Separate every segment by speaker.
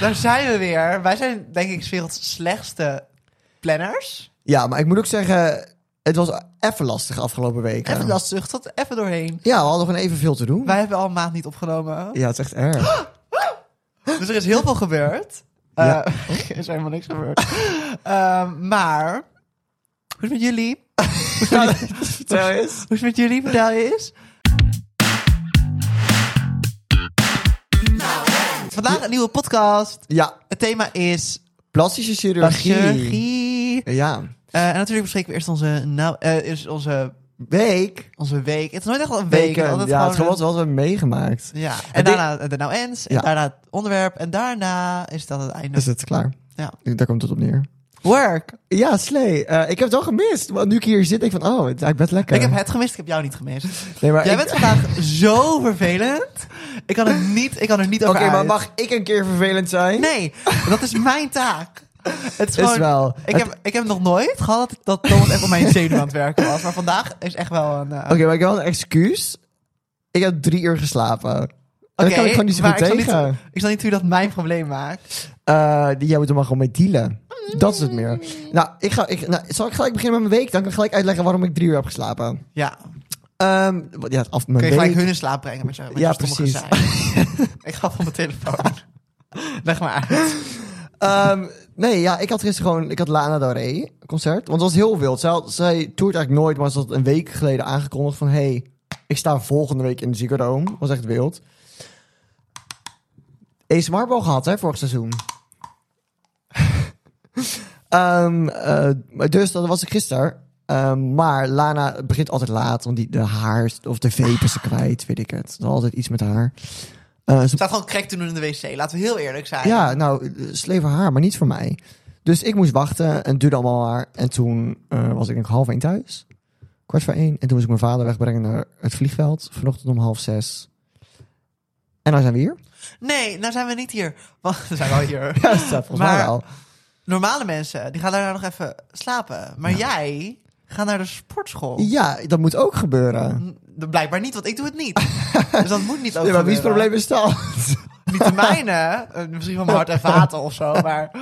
Speaker 1: Daar zijn we weer. Wij zijn denk ik 's werelds slechtste planners.
Speaker 2: Ja, maar ik moet ook zeggen, het was even lastig afgelopen weken.
Speaker 1: Even dat zucht tot even doorheen.
Speaker 2: Ja, we hadden gewoon evenveel te doen.
Speaker 1: Wij hebben al een maand niet opgenomen.
Speaker 2: Ja, het is echt erg.
Speaker 1: Dus er is heel veel gebeurd. Eh,
Speaker 2: Ja.
Speaker 1: er is helemaal niks gebeurd. Ehm, maar, hoe is het met jullie?
Speaker 2: Vertel eens.
Speaker 1: Hoe is het met jullie? Vertel eens. Vandaag een nieuwe podcast.
Speaker 2: Ja,
Speaker 1: Het thema is
Speaker 2: plastische chirurgie.
Speaker 1: chirurgie.
Speaker 2: Ja.
Speaker 1: Eh, en natuurlijk bespreken we eerst onze, nou, eh, eerst onze,
Speaker 2: Week.
Speaker 1: onze week. Het is nooit echt wel een week.
Speaker 2: Weken.
Speaker 1: altijd
Speaker 2: ja, het
Speaker 1: gewoon
Speaker 2: gewoon
Speaker 1: een-
Speaker 2: wat we hebben meegemaakt.
Speaker 1: ja, en,
Speaker 2: En dit-
Speaker 1: daarna de nou ens, en
Speaker 2: Ja.
Speaker 1: daarna het onderwerp, en daarna is dat het einde.
Speaker 2: Is Dus het klaar?
Speaker 1: Ja.
Speaker 2: Daar komt het op neer.
Speaker 1: Work!
Speaker 2: Ja, slee. Eh, ik heb het wel gemist. Want nu ik hier zit, denk ik van, oh, het lijkt best lekker.
Speaker 1: Ik heb het gemist, ik heb jou niet gemist.
Speaker 2: nee, maar
Speaker 1: Jij
Speaker 2: ik-
Speaker 1: bent vandaag zo vervelend. Ik kan er niet, ik kan er niet over
Speaker 2: Oké, maar
Speaker 1: uit.
Speaker 2: mag ik een keer vervelend zijn?
Speaker 1: Nee, dat is mijn taak. Het is gewoon...
Speaker 2: wel.
Speaker 1: Ik heb, ik heb nog nooit gehad dat, dat Thomas echt op mijn zenuw aan het werken was. Maar vandaag is echt wel een... eh,
Speaker 2: Oké, maar ik heb wel een excuus. Ik heb drie uur geslapen. En dat
Speaker 1: oké,
Speaker 2: kan ik gewoon niet zo
Speaker 1: maar
Speaker 2: goed
Speaker 1: ik zal
Speaker 2: tegen.
Speaker 1: Niet, ik zal niet hoe dat mijn probleem maakt.
Speaker 2: Eh, die- jij moet er maar gewoon mee dealen. Dat is het meer. Nou, ik ga, ik, nou, zal ik gelijk beginnen met mijn week? Dan kan ik gelijk uitleggen waarom ik drie uur heb geslapen.
Speaker 1: Ja,
Speaker 2: Ehm, wat- ja, af mijn
Speaker 1: kun je
Speaker 2: week.
Speaker 1: gelijk hun in slaap brengen met je, met
Speaker 2: Ja,
Speaker 1: je stomme
Speaker 2: precies.
Speaker 1: gezeik. ik ga van mijn telefoon. Leg maar uit.
Speaker 2: Ehm, nee, ja, ik had gisteren gewoon... Ik had Lana Del Rey concert. Want dat was heel wild. Zij, had- zij toert eigenlijk nooit, maar ze had een week geleden aangekondigd van... hey, ik sta volgende week in de Ziggo Dome. Dat was echt wild. ASMR hebben we al gehad, hè, vorig seizoen. Ehm, eh, maar dus, dat was ik gisteren. Ehm, maar Lana begint altijd laat, want die, de haar is- of de vape is ze kwijt, weet ik het. Er is altijd iets met haar. Eh, ze
Speaker 1: Ik staat gewoon krek te doen in de wc. Laten we heel eerlijk zijn.
Speaker 2: ja, nou, sleven haar, maar niet voor mij. Dus ik moest wachten en het duurde allemaal maar. En toen eh, was ik denk ik half één thuis. Kwart voor één. En toen moest ik mijn vader wegbrengen naar het vliegveld. Vanochtend om half zes. En nou zijn we hier.
Speaker 1: Nee, nou zijn we niet hier. Want we zijn wel hier.
Speaker 2: Ja, dat staat volgens mij
Speaker 1: Maar-
Speaker 2: wel.
Speaker 1: Normale mensen, die gaan daarna nog even slapen. Maar jij gaat naar de sportschool.
Speaker 2: Ja, dat moet ook gebeuren.
Speaker 1: N- Blijkbaar niet, want ik doe het niet. dus dat moet niet ook
Speaker 2: Ja, maar wie's
Speaker 1: gebeuren.
Speaker 2: probleem is dat?
Speaker 1: Niet de mijne. Eh, Misschien van mijn hart en vaten of zo, maar...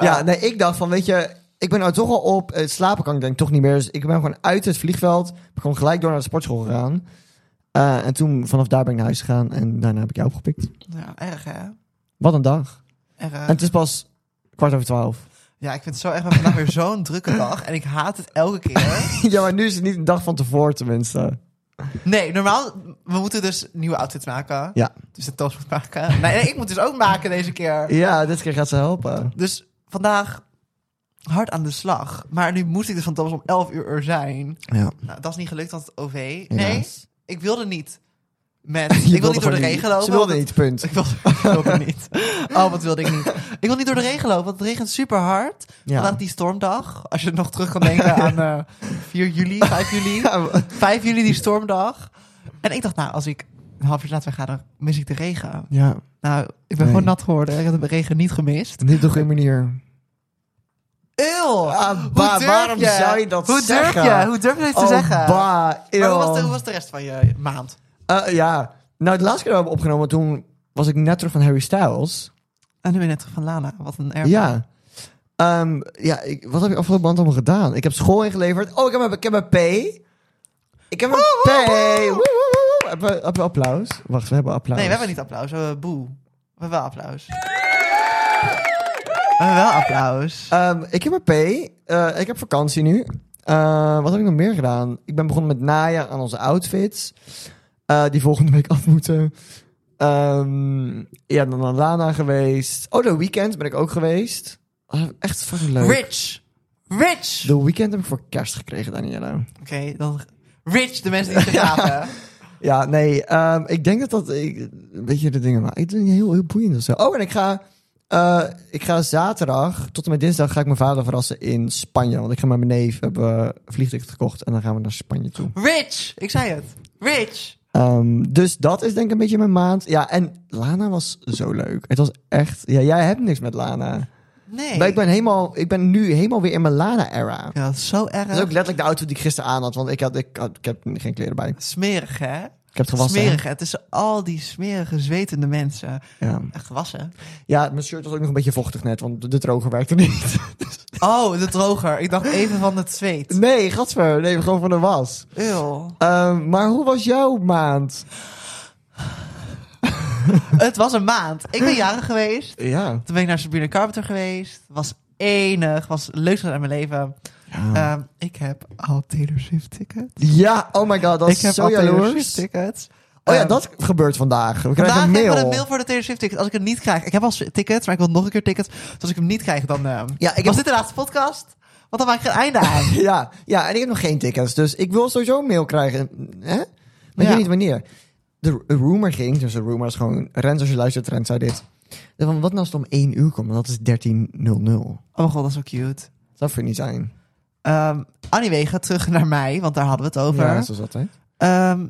Speaker 2: Ja, nee, ik dacht van, weet je, ik ben nou toch al op. Het slapen kan ik denk ik toch niet meer. Dus ik ben gewoon uit het vliegveld. Ben gewoon gelijk door naar de sportschool gegaan. Eh, en toen vanaf daar ben ik naar huis gegaan. En daarna heb ik jou opgepikt.
Speaker 1: Ja, erg hè?
Speaker 2: Wat een dag.
Speaker 1: Erg.
Speaker 2: En het is pas kwart over twaalf.
Speaker 1: Ja, ik vind het zo erg. We hebben vandaag weer zo'n drukke dag. En ik haat het elke keer.
Speaker 2: ja, maar nu is het niet een dag van tevoren tenminste.
Speaker 1: Nee, normaal... We moeten dus nieuwe outfits maken.
Speaker 2: Ja.
Speaker 1: Dus de toast moet maken. Nee, nee, ik moet dus ook maken deze keer.
Speaker 2: Ja, dit keer gaat ze helpen.
Speaker 1: Dus vandaag hard aan de slag. Maar nu moest ik dus van Thomas om 11 uur er zijn.
Speaker 2: Ja.
Speaker 1: Nou, dat is niet gelukt, want het OV... Nee,
Speaker 2: Helaas.
Speaker 1: ik wilde niet. Met, ik wilde niet door de regen lopen.
Speaker 2: Ze wilde
Speaker 1: want
Speaker 2: niet, punt.
Speaker 1: Ik wilde, ik wilde niet. Oh, wat wilde ik niet. Ik wil niet door de regen lopen, want het regent super hard.
Speaker 2: Ja.
Speaker 1: Vandaag die stormdag. Als je nog terug kan denken aan eh 4 juli, 5 juli.
Speaker 2: Ja,
Speaker 1: 5 juli die stormdag. En ik dacht, nou, als ik een half uur later ga, dan mis ik de regen.
Speaker 2: ja,
Speaker 1: Nou, ik ben
Speaker 2: Nee.
Speaker 1: gewoon nat geworden. Ik heb de regen niet gemist.
Speaker 2: niet op geen manier.
Speaker 1: Eeuw!
Speaker 2: Ah,
Speaker 1: Hoe
Speaker 2: ba,
Speaker 1: durf
Speaker 2: waarom
Speaker 1: je? Oh,
Speaker 2: zou je dat
Speaker 1: Hoe
Speaker 2: zeggen?
Speaker 1: Durf je? Hoe durf je dit te zeggen?
Speaker 2: ba,
Speaker 1: Maar
Speaker 2: Oh, eeuw.
Speaker 1: hoe, was de, hoe was de rest van je maand?
Speaker 2: Eh, ja, nou, de laatste keer dat we hebben opgenomen, toen was ik net terug van Harry Styles.
Speaker 1: En nu ben je net terug van Lana. Wat een erg.
Speaker 2: Ja. Ehm, ja, ik, wat heb ik afgelopen maand allemaal gedaan? Ik heb school ingeleverd. Oh, ik heb, mijn- ik heb mijn P. Ik heb mijn
Speaker 1: Oh,
Speaker 2: P. Woe, woe, woe, woe. Hebben we- hebben we applaus? Wacht, we hebben applaus.
Speaker 1: Nee, we hebben niet applaus. We hebben boe. We hebben wel applaus. We hebben wel applaus.
Speaker 2: Ehm, ik heb mijn P. Eh, ik heb vakantie nu. Eh, wat heb ik nog meer gedaan? Ik ben begonnen met naaien aan onze outfits. eh, die volgende week af moeten. Ehm, ja, dan naar Lana geweest. Oh, de weekend ben ik ook geweest. Oh, echt fucking leuk.
Speaker 1: Rich. Rich.
Speaker 2: De weekend heb ik voor kerst gekregen, Daniela.
Speaker 1: Oké, dan... Rich, de mensen die het graven.
Speaker 2: Ja, nee, ehm, ik denk dat dat ik, een beetje de dingen maar Ik doe niet heel, heel boeiend of zo. Oh, en ik ga, eh, ik ga zaterdag tot en met dinsdag ga ik mijn vader verrassen in Spanje. Want ik ga met mijn neef hebben we een vliegticket gekocht en dan gaan we naar Spanje toe.
Speaker 1: Rich. Ik zei het. Rich.
Speaker 2: Ehm, dus dat is denk ik een beetje mijn maand. Ja, en Lana was zo leuk. Het was echt. Ja, jij hebt niks met Lana.
Speaker 1: Nee.
Speaker 2: Maar ik ben helemaal, ik ben nu helemaal weer in mijn Lana-era.
Speaker 1: Ja, dat is zo
Speaker 2: Dat is
Speaker 1: erg.
Speaker 2: ook letterlijk de auto die ik gisteren aan had, want ik had, ik had, ik heb geen kleren bij.
Speaker 1: Smerig, hè?
Speaker 2: Ik heb het gewassen. hè?
Speaker 1: Smerig, hè? het is al die smerige, zwetende mensen.
Speaker 2: Ja.
Speaker 1: Echt gewassen.
Speaker 2: ja, mijn shirt was ook nog een beetje vochtig net, want de- de droger werkte niet.
Speaker 1: Oh, de droger. Ik dacht even van het zweet.
Speaker 2: nee, gadver. Nee, gewoon van de was.
Speaker 1: Ew.
Speaker 2: Ehm, maar hoe was jouw maand?
Speaker 1: Het was een maand. Ik ben jarig geweest.
Speaker 2: Ja.
Speaker 1: Toen ben ik naar Sabine Carpenter geweest. Was enig. Was het leukste uit mijn leven.
Speaker 2: Ja,
Speaker 1: Ehm, ik heb al Taylor Swift tickets.
Speaker 2: oh my god, dat
Speaker 1: ik
Speaker 2: is
Speaker 1: heb
Speaker 2: zo
Speaker 1: al Taylor
Speaker 2: jaloers.
Speaker 1: Swift tickets.
Speaker 2: Oh ja,
Speaker 1: Ehm,
Speaker 2: dat gebeurt vandaag. We krijgen
Speaker 1: Vandaag
Speaker 2: een mail.
Speaker 1: hebben we een mail voor de Taylor Swift tickets. Als ik hem niet krijg. Ik heb al tickets, maar ik wil nog een keer tickets. Dus als ik hem niet krijg, dan... ehm
Speaker 2: Ja, ik heb-
Speaker 1: Was dit de laatste podcast? Want dan maak ik er een einde aan.
Speaker 2: Ja, ja, en ik heb nog geen tickets, dus ik wil sowieso een mail krijgen. Hè? Maar ik
Speaker 1: Ja.
Speaker 2: weet niet wanneer. De de rumor ging, dus de rumor is gewoon... Rens, als je luistert, Rens zei dit. Van, wat nou als het om 1 uur komt? Want dat is 13.00.
Speaker 1: Oh mijn god, dat is zo cute.
Speaker 2: Dat vind ik niet zijn.
Speaker 1: Ehm anyway, ga terug naar mij, want daar hadden we het over.
Speaker 2: Ja, zoals altijd.
Speaker 1: Ehm,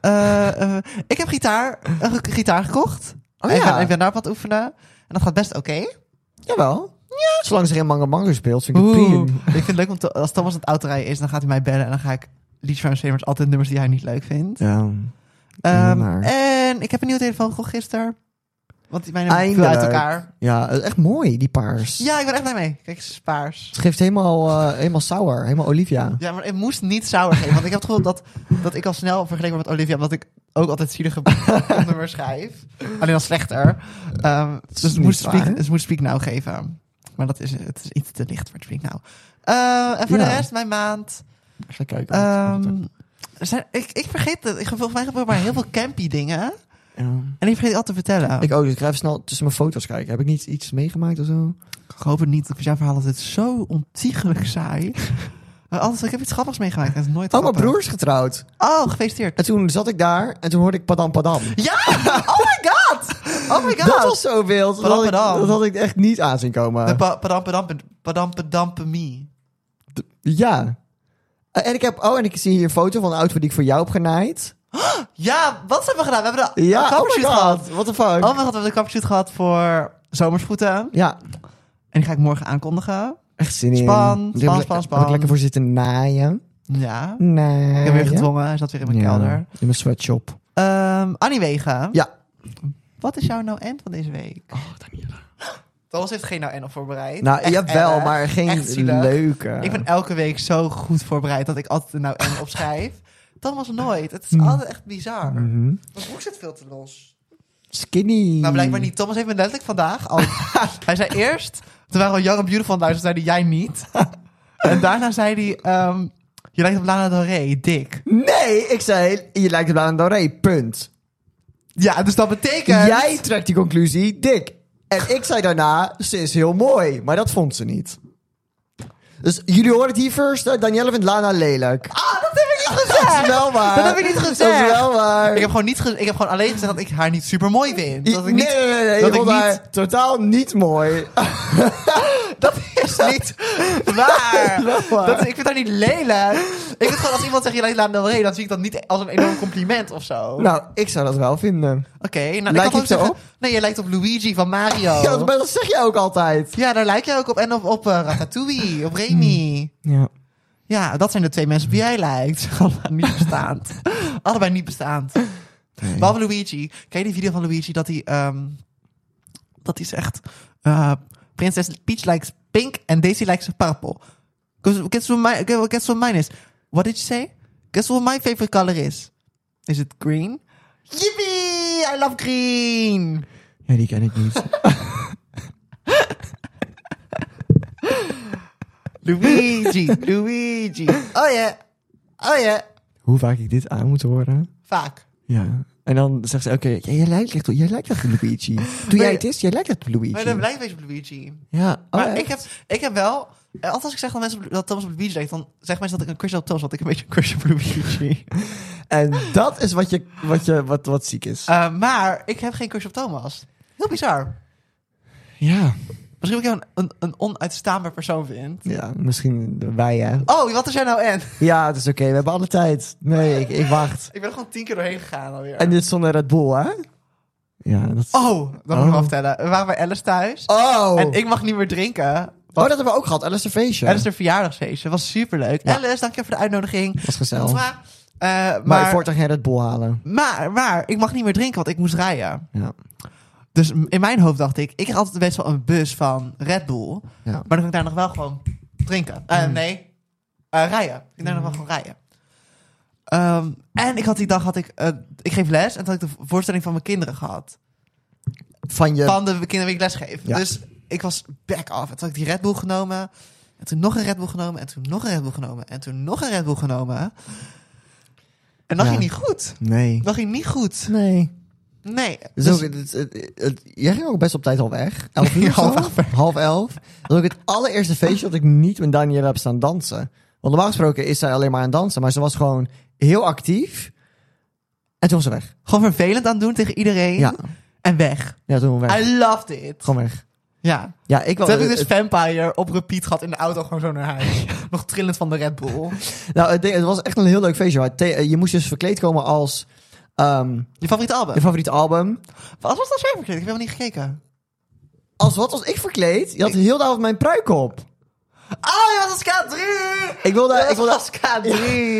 Speaker 1: eh, eh, ik heb gitaar, een ge- gitaar gekocht.
Speaker 2: Oh
Speaker 1: ik, ben,
Speaker 2: ja,
Speaker 1: ik ben daarop aan het oefenen. En dat gaat best oké.
Speaker 2: jawel. Ja. Zolang ze geen manga manga speelt, vind ik het
Speaker 1: Oeh.
Speaker 2: prima.
Speaker 1: Ik vind het leuk om te, als Thomas aan het autorijden is, dan gaat hij mij bellen. En dan ga ik liedjes van Samers altijd nummers die hij niet leuk vindt.
Speaker 2: Ja.
Speaker 1: Ehm,
Speaker 2: maar.
Speaker 1: en ik heb een nieuwe telefoon gekocht gisteren. Want die- mijn nummer viel
Speaker 2: Eindelijk.
Speaker 1: uit elkaar.
Speaker 2: ja, echt mooi, die paars.
Speaker 1: Ja, ik ben echt blij mee. Kijk, het is paars.
Speaker 2: Het geeft helemaal, eh, helemaal sour, helemaal Olivia.
Speaker 1: Ja, maar ik moest niet sour geven. Want ik heb het gevoel dat, dat ik al snel vergeleken word met Olivia. Omdat ik ook altijd zielige nummers schrijf. Alleen al slechter. Ehm, dus het
Speaker 2: niet
Speaker 1: moest,
Speaker 2: waar.
Speaker 1: speak, het moest Speak Now geven. Maar dat is, het is iets te licht voor het Speak Now. Eh, en voor
Speaker 2: Ja.
Speaker 1: de rest, mijn maand.
Speaker 2: Ik Ga kijken.
Speaker 1: ehm, er zijn, ik, ik vergeet het. Ik, volgens mij gebeuren maar heel veel campy dingen.
Speaker 2: Ja.
Speaker 1: En ik vergeet het altijd te vertellen. Ik,
Speaker 2: Ik ook, dus ik ga even snel tussen mijn foto's kijken. Heb ik niet iets meegemaakt of zo?
Speaker 1: hoop het niet. Ik vind jouw verhaal altijd zo ontiegelijk saai. Maar anders, ik heb iets grappigs meegemaakt. en Het is nooit
Speaker 2: Oh, mijn
Speaker 1: grappig.
Speaker 2: broer is getrouwd.
Speaker 1: Oh, gefeliciteerd.
Speaker 2: En toen zat ik daar en toen hoorde ik Padam Padam.
Speaker 1: Ja! Oh my god! Oh my god!
Speaker 2: Dat was zo wild. Dat
Speaker 1: Padam,
Speaker 2: had, ik,
Speaker 1: padam.
Speaker 2: dat had ik echt niet aan zien komen.
Speaker 1: De Eh, pa- padam, padam, padam, padam, padam,
Speaker 2: ja. Eh, En ik heb, oh, en ik zie hier een foto van een outfit die ik voor jou heb genaaid.
Speaker 1: Ja, wat hebben we gedaan? We hebben de
Speaker 2: Ja,
Speaker 1: een
Speaker 2: oh my
Speaker 1: covershoot gehad.
Speaker 2: god. What the fuck.
Speaker 1: Oh mijn god, we hebben de covershoot gehad voor Zomersvoeten.
Speaker 2: ja,
Speaker 1: En die ga ik morgen aankondigen.
Speaker 2: echt zin in. Daar heb
Speaker 1: Span,
Speaker 2: ik
Speaker 1: span,
Speaker 2: le-
Speaker 1: span,
Speaker 2: heb
Speaker 1: span.
Speaker 2: ik lekker voor zitten naaien.
Speaker 1: Ja.
Speaker 2: Naaien.
Speaker 1: Ik heb weer gedwongen. Hij zat weer in mijn
Speaker 2: Ja,
Speaker 1: kelder.
Speaker 2: In mijn sweatshop.
Speaker 1: Ehm Annie Wegen.
Speaker 2: Ja.
Speaker 1: Wat is jouw nou end van deze week?
Speaker 2: Oh, Daniela.
Speaker 1: Thomas heeft geen nou end op voorbereid.
Speaker 2: Nou,
Speaker 1: Echt
Speaker 2: jawel,
Speaker 1: erg.
Speaker 2: maar geen
Speaker 1: Echt zielig.
Speaker 2: leuke.
Speaker 1: Ik ben elke week zo goed voorbereid dat ik altijd een nou end opschrijf. Thomas nooit. Het is altijd echt bizar.
Speaker 2: Mm. Mhm.
Speaker 1: Mijn broek zit veel te los.
Speaker 2: Skinny.
Speaker 1: Nou, blijkbaar niet. Thomas heeft me letterlijk vandaag al... hij zei eerst, toen waren we Young and Beautiful aan het luisteren, zei hij, jij niet. en daarna zei hij, ehm, je lijkt op Lana Del Rey, dik.
Speaker 2: Nee, ik zei, je lijkt op Lana Del Rey, punt.
Speaker 1: Ja, dus dat betekent...
Speaker 2: Jij trekt die conclusie, dik. En ik zei daarna, ze is heel mooi. Maar dat vond ze niet. Dus jullie horen het hier first. eh, Danielle vindt Lana lelijk.
Speaker 1: Ah, dat heb ik niet gezegd!
Speaker 2: Dat is wel waar.
Speaker 1: Dat heb ik niet
Speaker 2: Dat is
Speaker 1: gezegd.
Speaker 2: wel waar.
Speaker 1: Ik heb, gewoon niet ge- ik heb gewoon alleen gezegd dat ik haar niet super mooi vind. Dat ik niet...
Speaker 2: nee, nee, nee, nee.
Speaker 1: dat
Speaker 2: ik
Speaker 1: ik
Speaker 2: vond haar
Speaker 1: niet-
Speaker 2: totaal niet mooi.
Speaker 1: Dat is niet waar.
Speaker 2: Wel waar.
Speaker 1: Dat, ik vind haar niet lelijk. Ik vind gewoon als iemand zegt, je lijkt op Lana Del Rey, dan zie ik dat niet als een enorm compliment of zo.
Speaker 2: Nou, ik zou dat wel vinden.
Speaker 1: Oké, nou, ik
Speaker 2: Lijk
Speaker 1: had
Speaker 2: ik
Speaker 1: ook zeggen...
Speaker 2: erop?
Speaker 1: Nee, je lijkt op Luigi van Mario.
Speaker 2: Ja, dat, dat zeg je ook altijd.
Speaker 1: Ja, daar lijk jij ook op. En op, op eh, Ratatouille, op Remy.
Speaker 2: Ja.
Speaker 1: Ja, dat zijn de twee mensen op wie jij lijkt. Allebei niet bestaand. Allebei niet bestaand. Behalve Luigi. Ken je die video van Luigi dat hij... ehm, dat hij zegt... eh, Prinses Peach likes pink en Daisy likes purple. Guess- Guess what, my, guess what mine is? What did you say? Guess what my favorite color is? Is it green? Yippee! I love green!
Speaker 2: Ja, die ken ik niet.
Speaker 1: Luigi, Luigi. Oh ja, oh ja.
Speaker 2: Hoe vaak ik dit aan moet horen.
Speaker 1: Vaak.
Speaker 2: Ja. En dan zegt ze, oké, ja, jij lijkt echt op, jij lijkt echt op Luigi. Doe jij
Speaker 1: Maar-
Speaker 2: het eens, jij lijkt echt op Luigi.
Speaker 1: Maar dat lijkt een beetje op Luigi.
Speaker 2: ja, oh,
Speaker 1: maar
Speaker 2: echt?
Speaker 1: ik, heb, ik heb wel... eh, Altijd als ik zeg dat, mensen, op- dat Thomas op Luigi lijkt, dan zeggen mensen dat ik een crush heb op Thomas, want ik een beetje een crush op Luigi.
Speaker 2: En dat is wat, je, wat, je, wat, wat ziek is.
Speaker 1: Eh, maar ik heb geen crush op Thomas. Heel bizar.
Speaker 2: ja.
Speaker 1: Misschien dat ik jou een, een, een onuitstaanbaar persoon vind.
Speaker 2: Ja, misschien wij, hè.
Speaker 1: Oh, wat is jij nou en?
Speaker 2: Ja, het is oké, we hebben alle tijd. Nee, ik, ik wacht.
Speaker 1: Ik ben er gewoon tien keer doorheen gegaan alweer.
Speaker 2: En dit is zonder Red Bull, hè? Ja, dat is...
Speaker 1: Oh, dat moet ik
Speaker 2: Oh.
Speaker 1: wel vertellen. We waren bij Alice thuis.
Speaker 2: Oh,
Speaker 1: En ik mag niet meer drinken.
Speaker 2: oh dat hebben we ook gehad, Alistair Feestje.
Speaker 1: Alice haar verjaardagsfeestje. was superleuk.
Speaker 2: Ja.
Speaker 1: Alice, dankjewel voor de uitnodiging.
Speaker 2: was gezellig.
Speaker 1: Maar Eh,
Speaker 2: Maar,
Speaker 1: maar, maar,
Speaker 2: voortaan geen Red Bull halen.
Speaker 1: maar, ik mag niet meer drinken, want ik moest rijden.
Speaker 2: Ja.
Speaker 1: Dus m- in mijn hoofd dacht ik, ik had altijd best wel een bus van Red Bull.
Speaker 2: Ja. Hmm.
Speaker 1: Maar dan kan ik daar nog wel gewoon drinken. Eh, Nee, eh, rijden. Ik kan daar nog wel gewoon rijden. Ehm, en ik had die dag, had ik, eh, ik geef les en toen had ik de voorstelling van mijn kinderen gehad.
Speaker 2: Van je...
Speaker 1: Van de kinderen die ik les geef.
Speaker 2: Ja.
Speaker 1: Dus ik was back off. En toen had ik die Red Bull genomen. En toen nog een Red Bull genomen. En toen nog een Red Bull genomen. En toen nog een Red Bull genomen. En dat
Speaker 2: Ja.
Speaker 1: ging niet goed.
Speaker 2: Nee.
Speaker 1: Dat ging niet goed.
Speaker 2: Nee.
Speaker 1: Nee.
Speaker 2: Dus ook, het, het- het- jij ging ook best op tijd al weg. Elf uur
Speaker 1: Ja,
Speaker 2: of zo?
Speaker 1: half elf
Speaker 2: Half elf. Dat was ook het allereerste feestje dat ik niet met Daniela heb staan dansen. Want normaal gesproken is zij alleen maar aan het dansen. Maar ze was gewoon heel actief. En toen was ze weg.
Speaker 1: Gewoon vervelend aan het doen tegen iedereen.
Speaker 2: Ja,
Speaker 1: En weg.
Speaker 2: ja toen weg.
Speaker 1: I loved it.
Speaker 2: Gewoon weg.
Speaker 1: Ja.
Speaker 2: Ja, ik wel.
Speaker 1: Toen heb ik
Speaker 2: het-
Speaker 1: dus Vampire op repeat gehad in de auto, gewoon zo naar huis. Nog trillend van de Red Bull.
Speaker 2: Nou, het, ding- het was echt een heel leuk feestje. Maar the- eh, je moest dus verkleed komen als ehm,
Speaker 1: Je favoriete album?
Speaker 2: je favoriete album.
Speaker 1: Wat was dat zo verkeerd? Ik heb helemaal niet gekeken.
Speaker 2: Als wat was ik verkleed? Je had heel de avond mijn pruik op.
Speaker 1: Oh, je was als K3! Nou,
Speaker 2: Ik wilde,
Speaker 1: Je
Speaker 2: ik
Speaker 1: was
Speaker 2: wilde,
Speaker 1: als K3!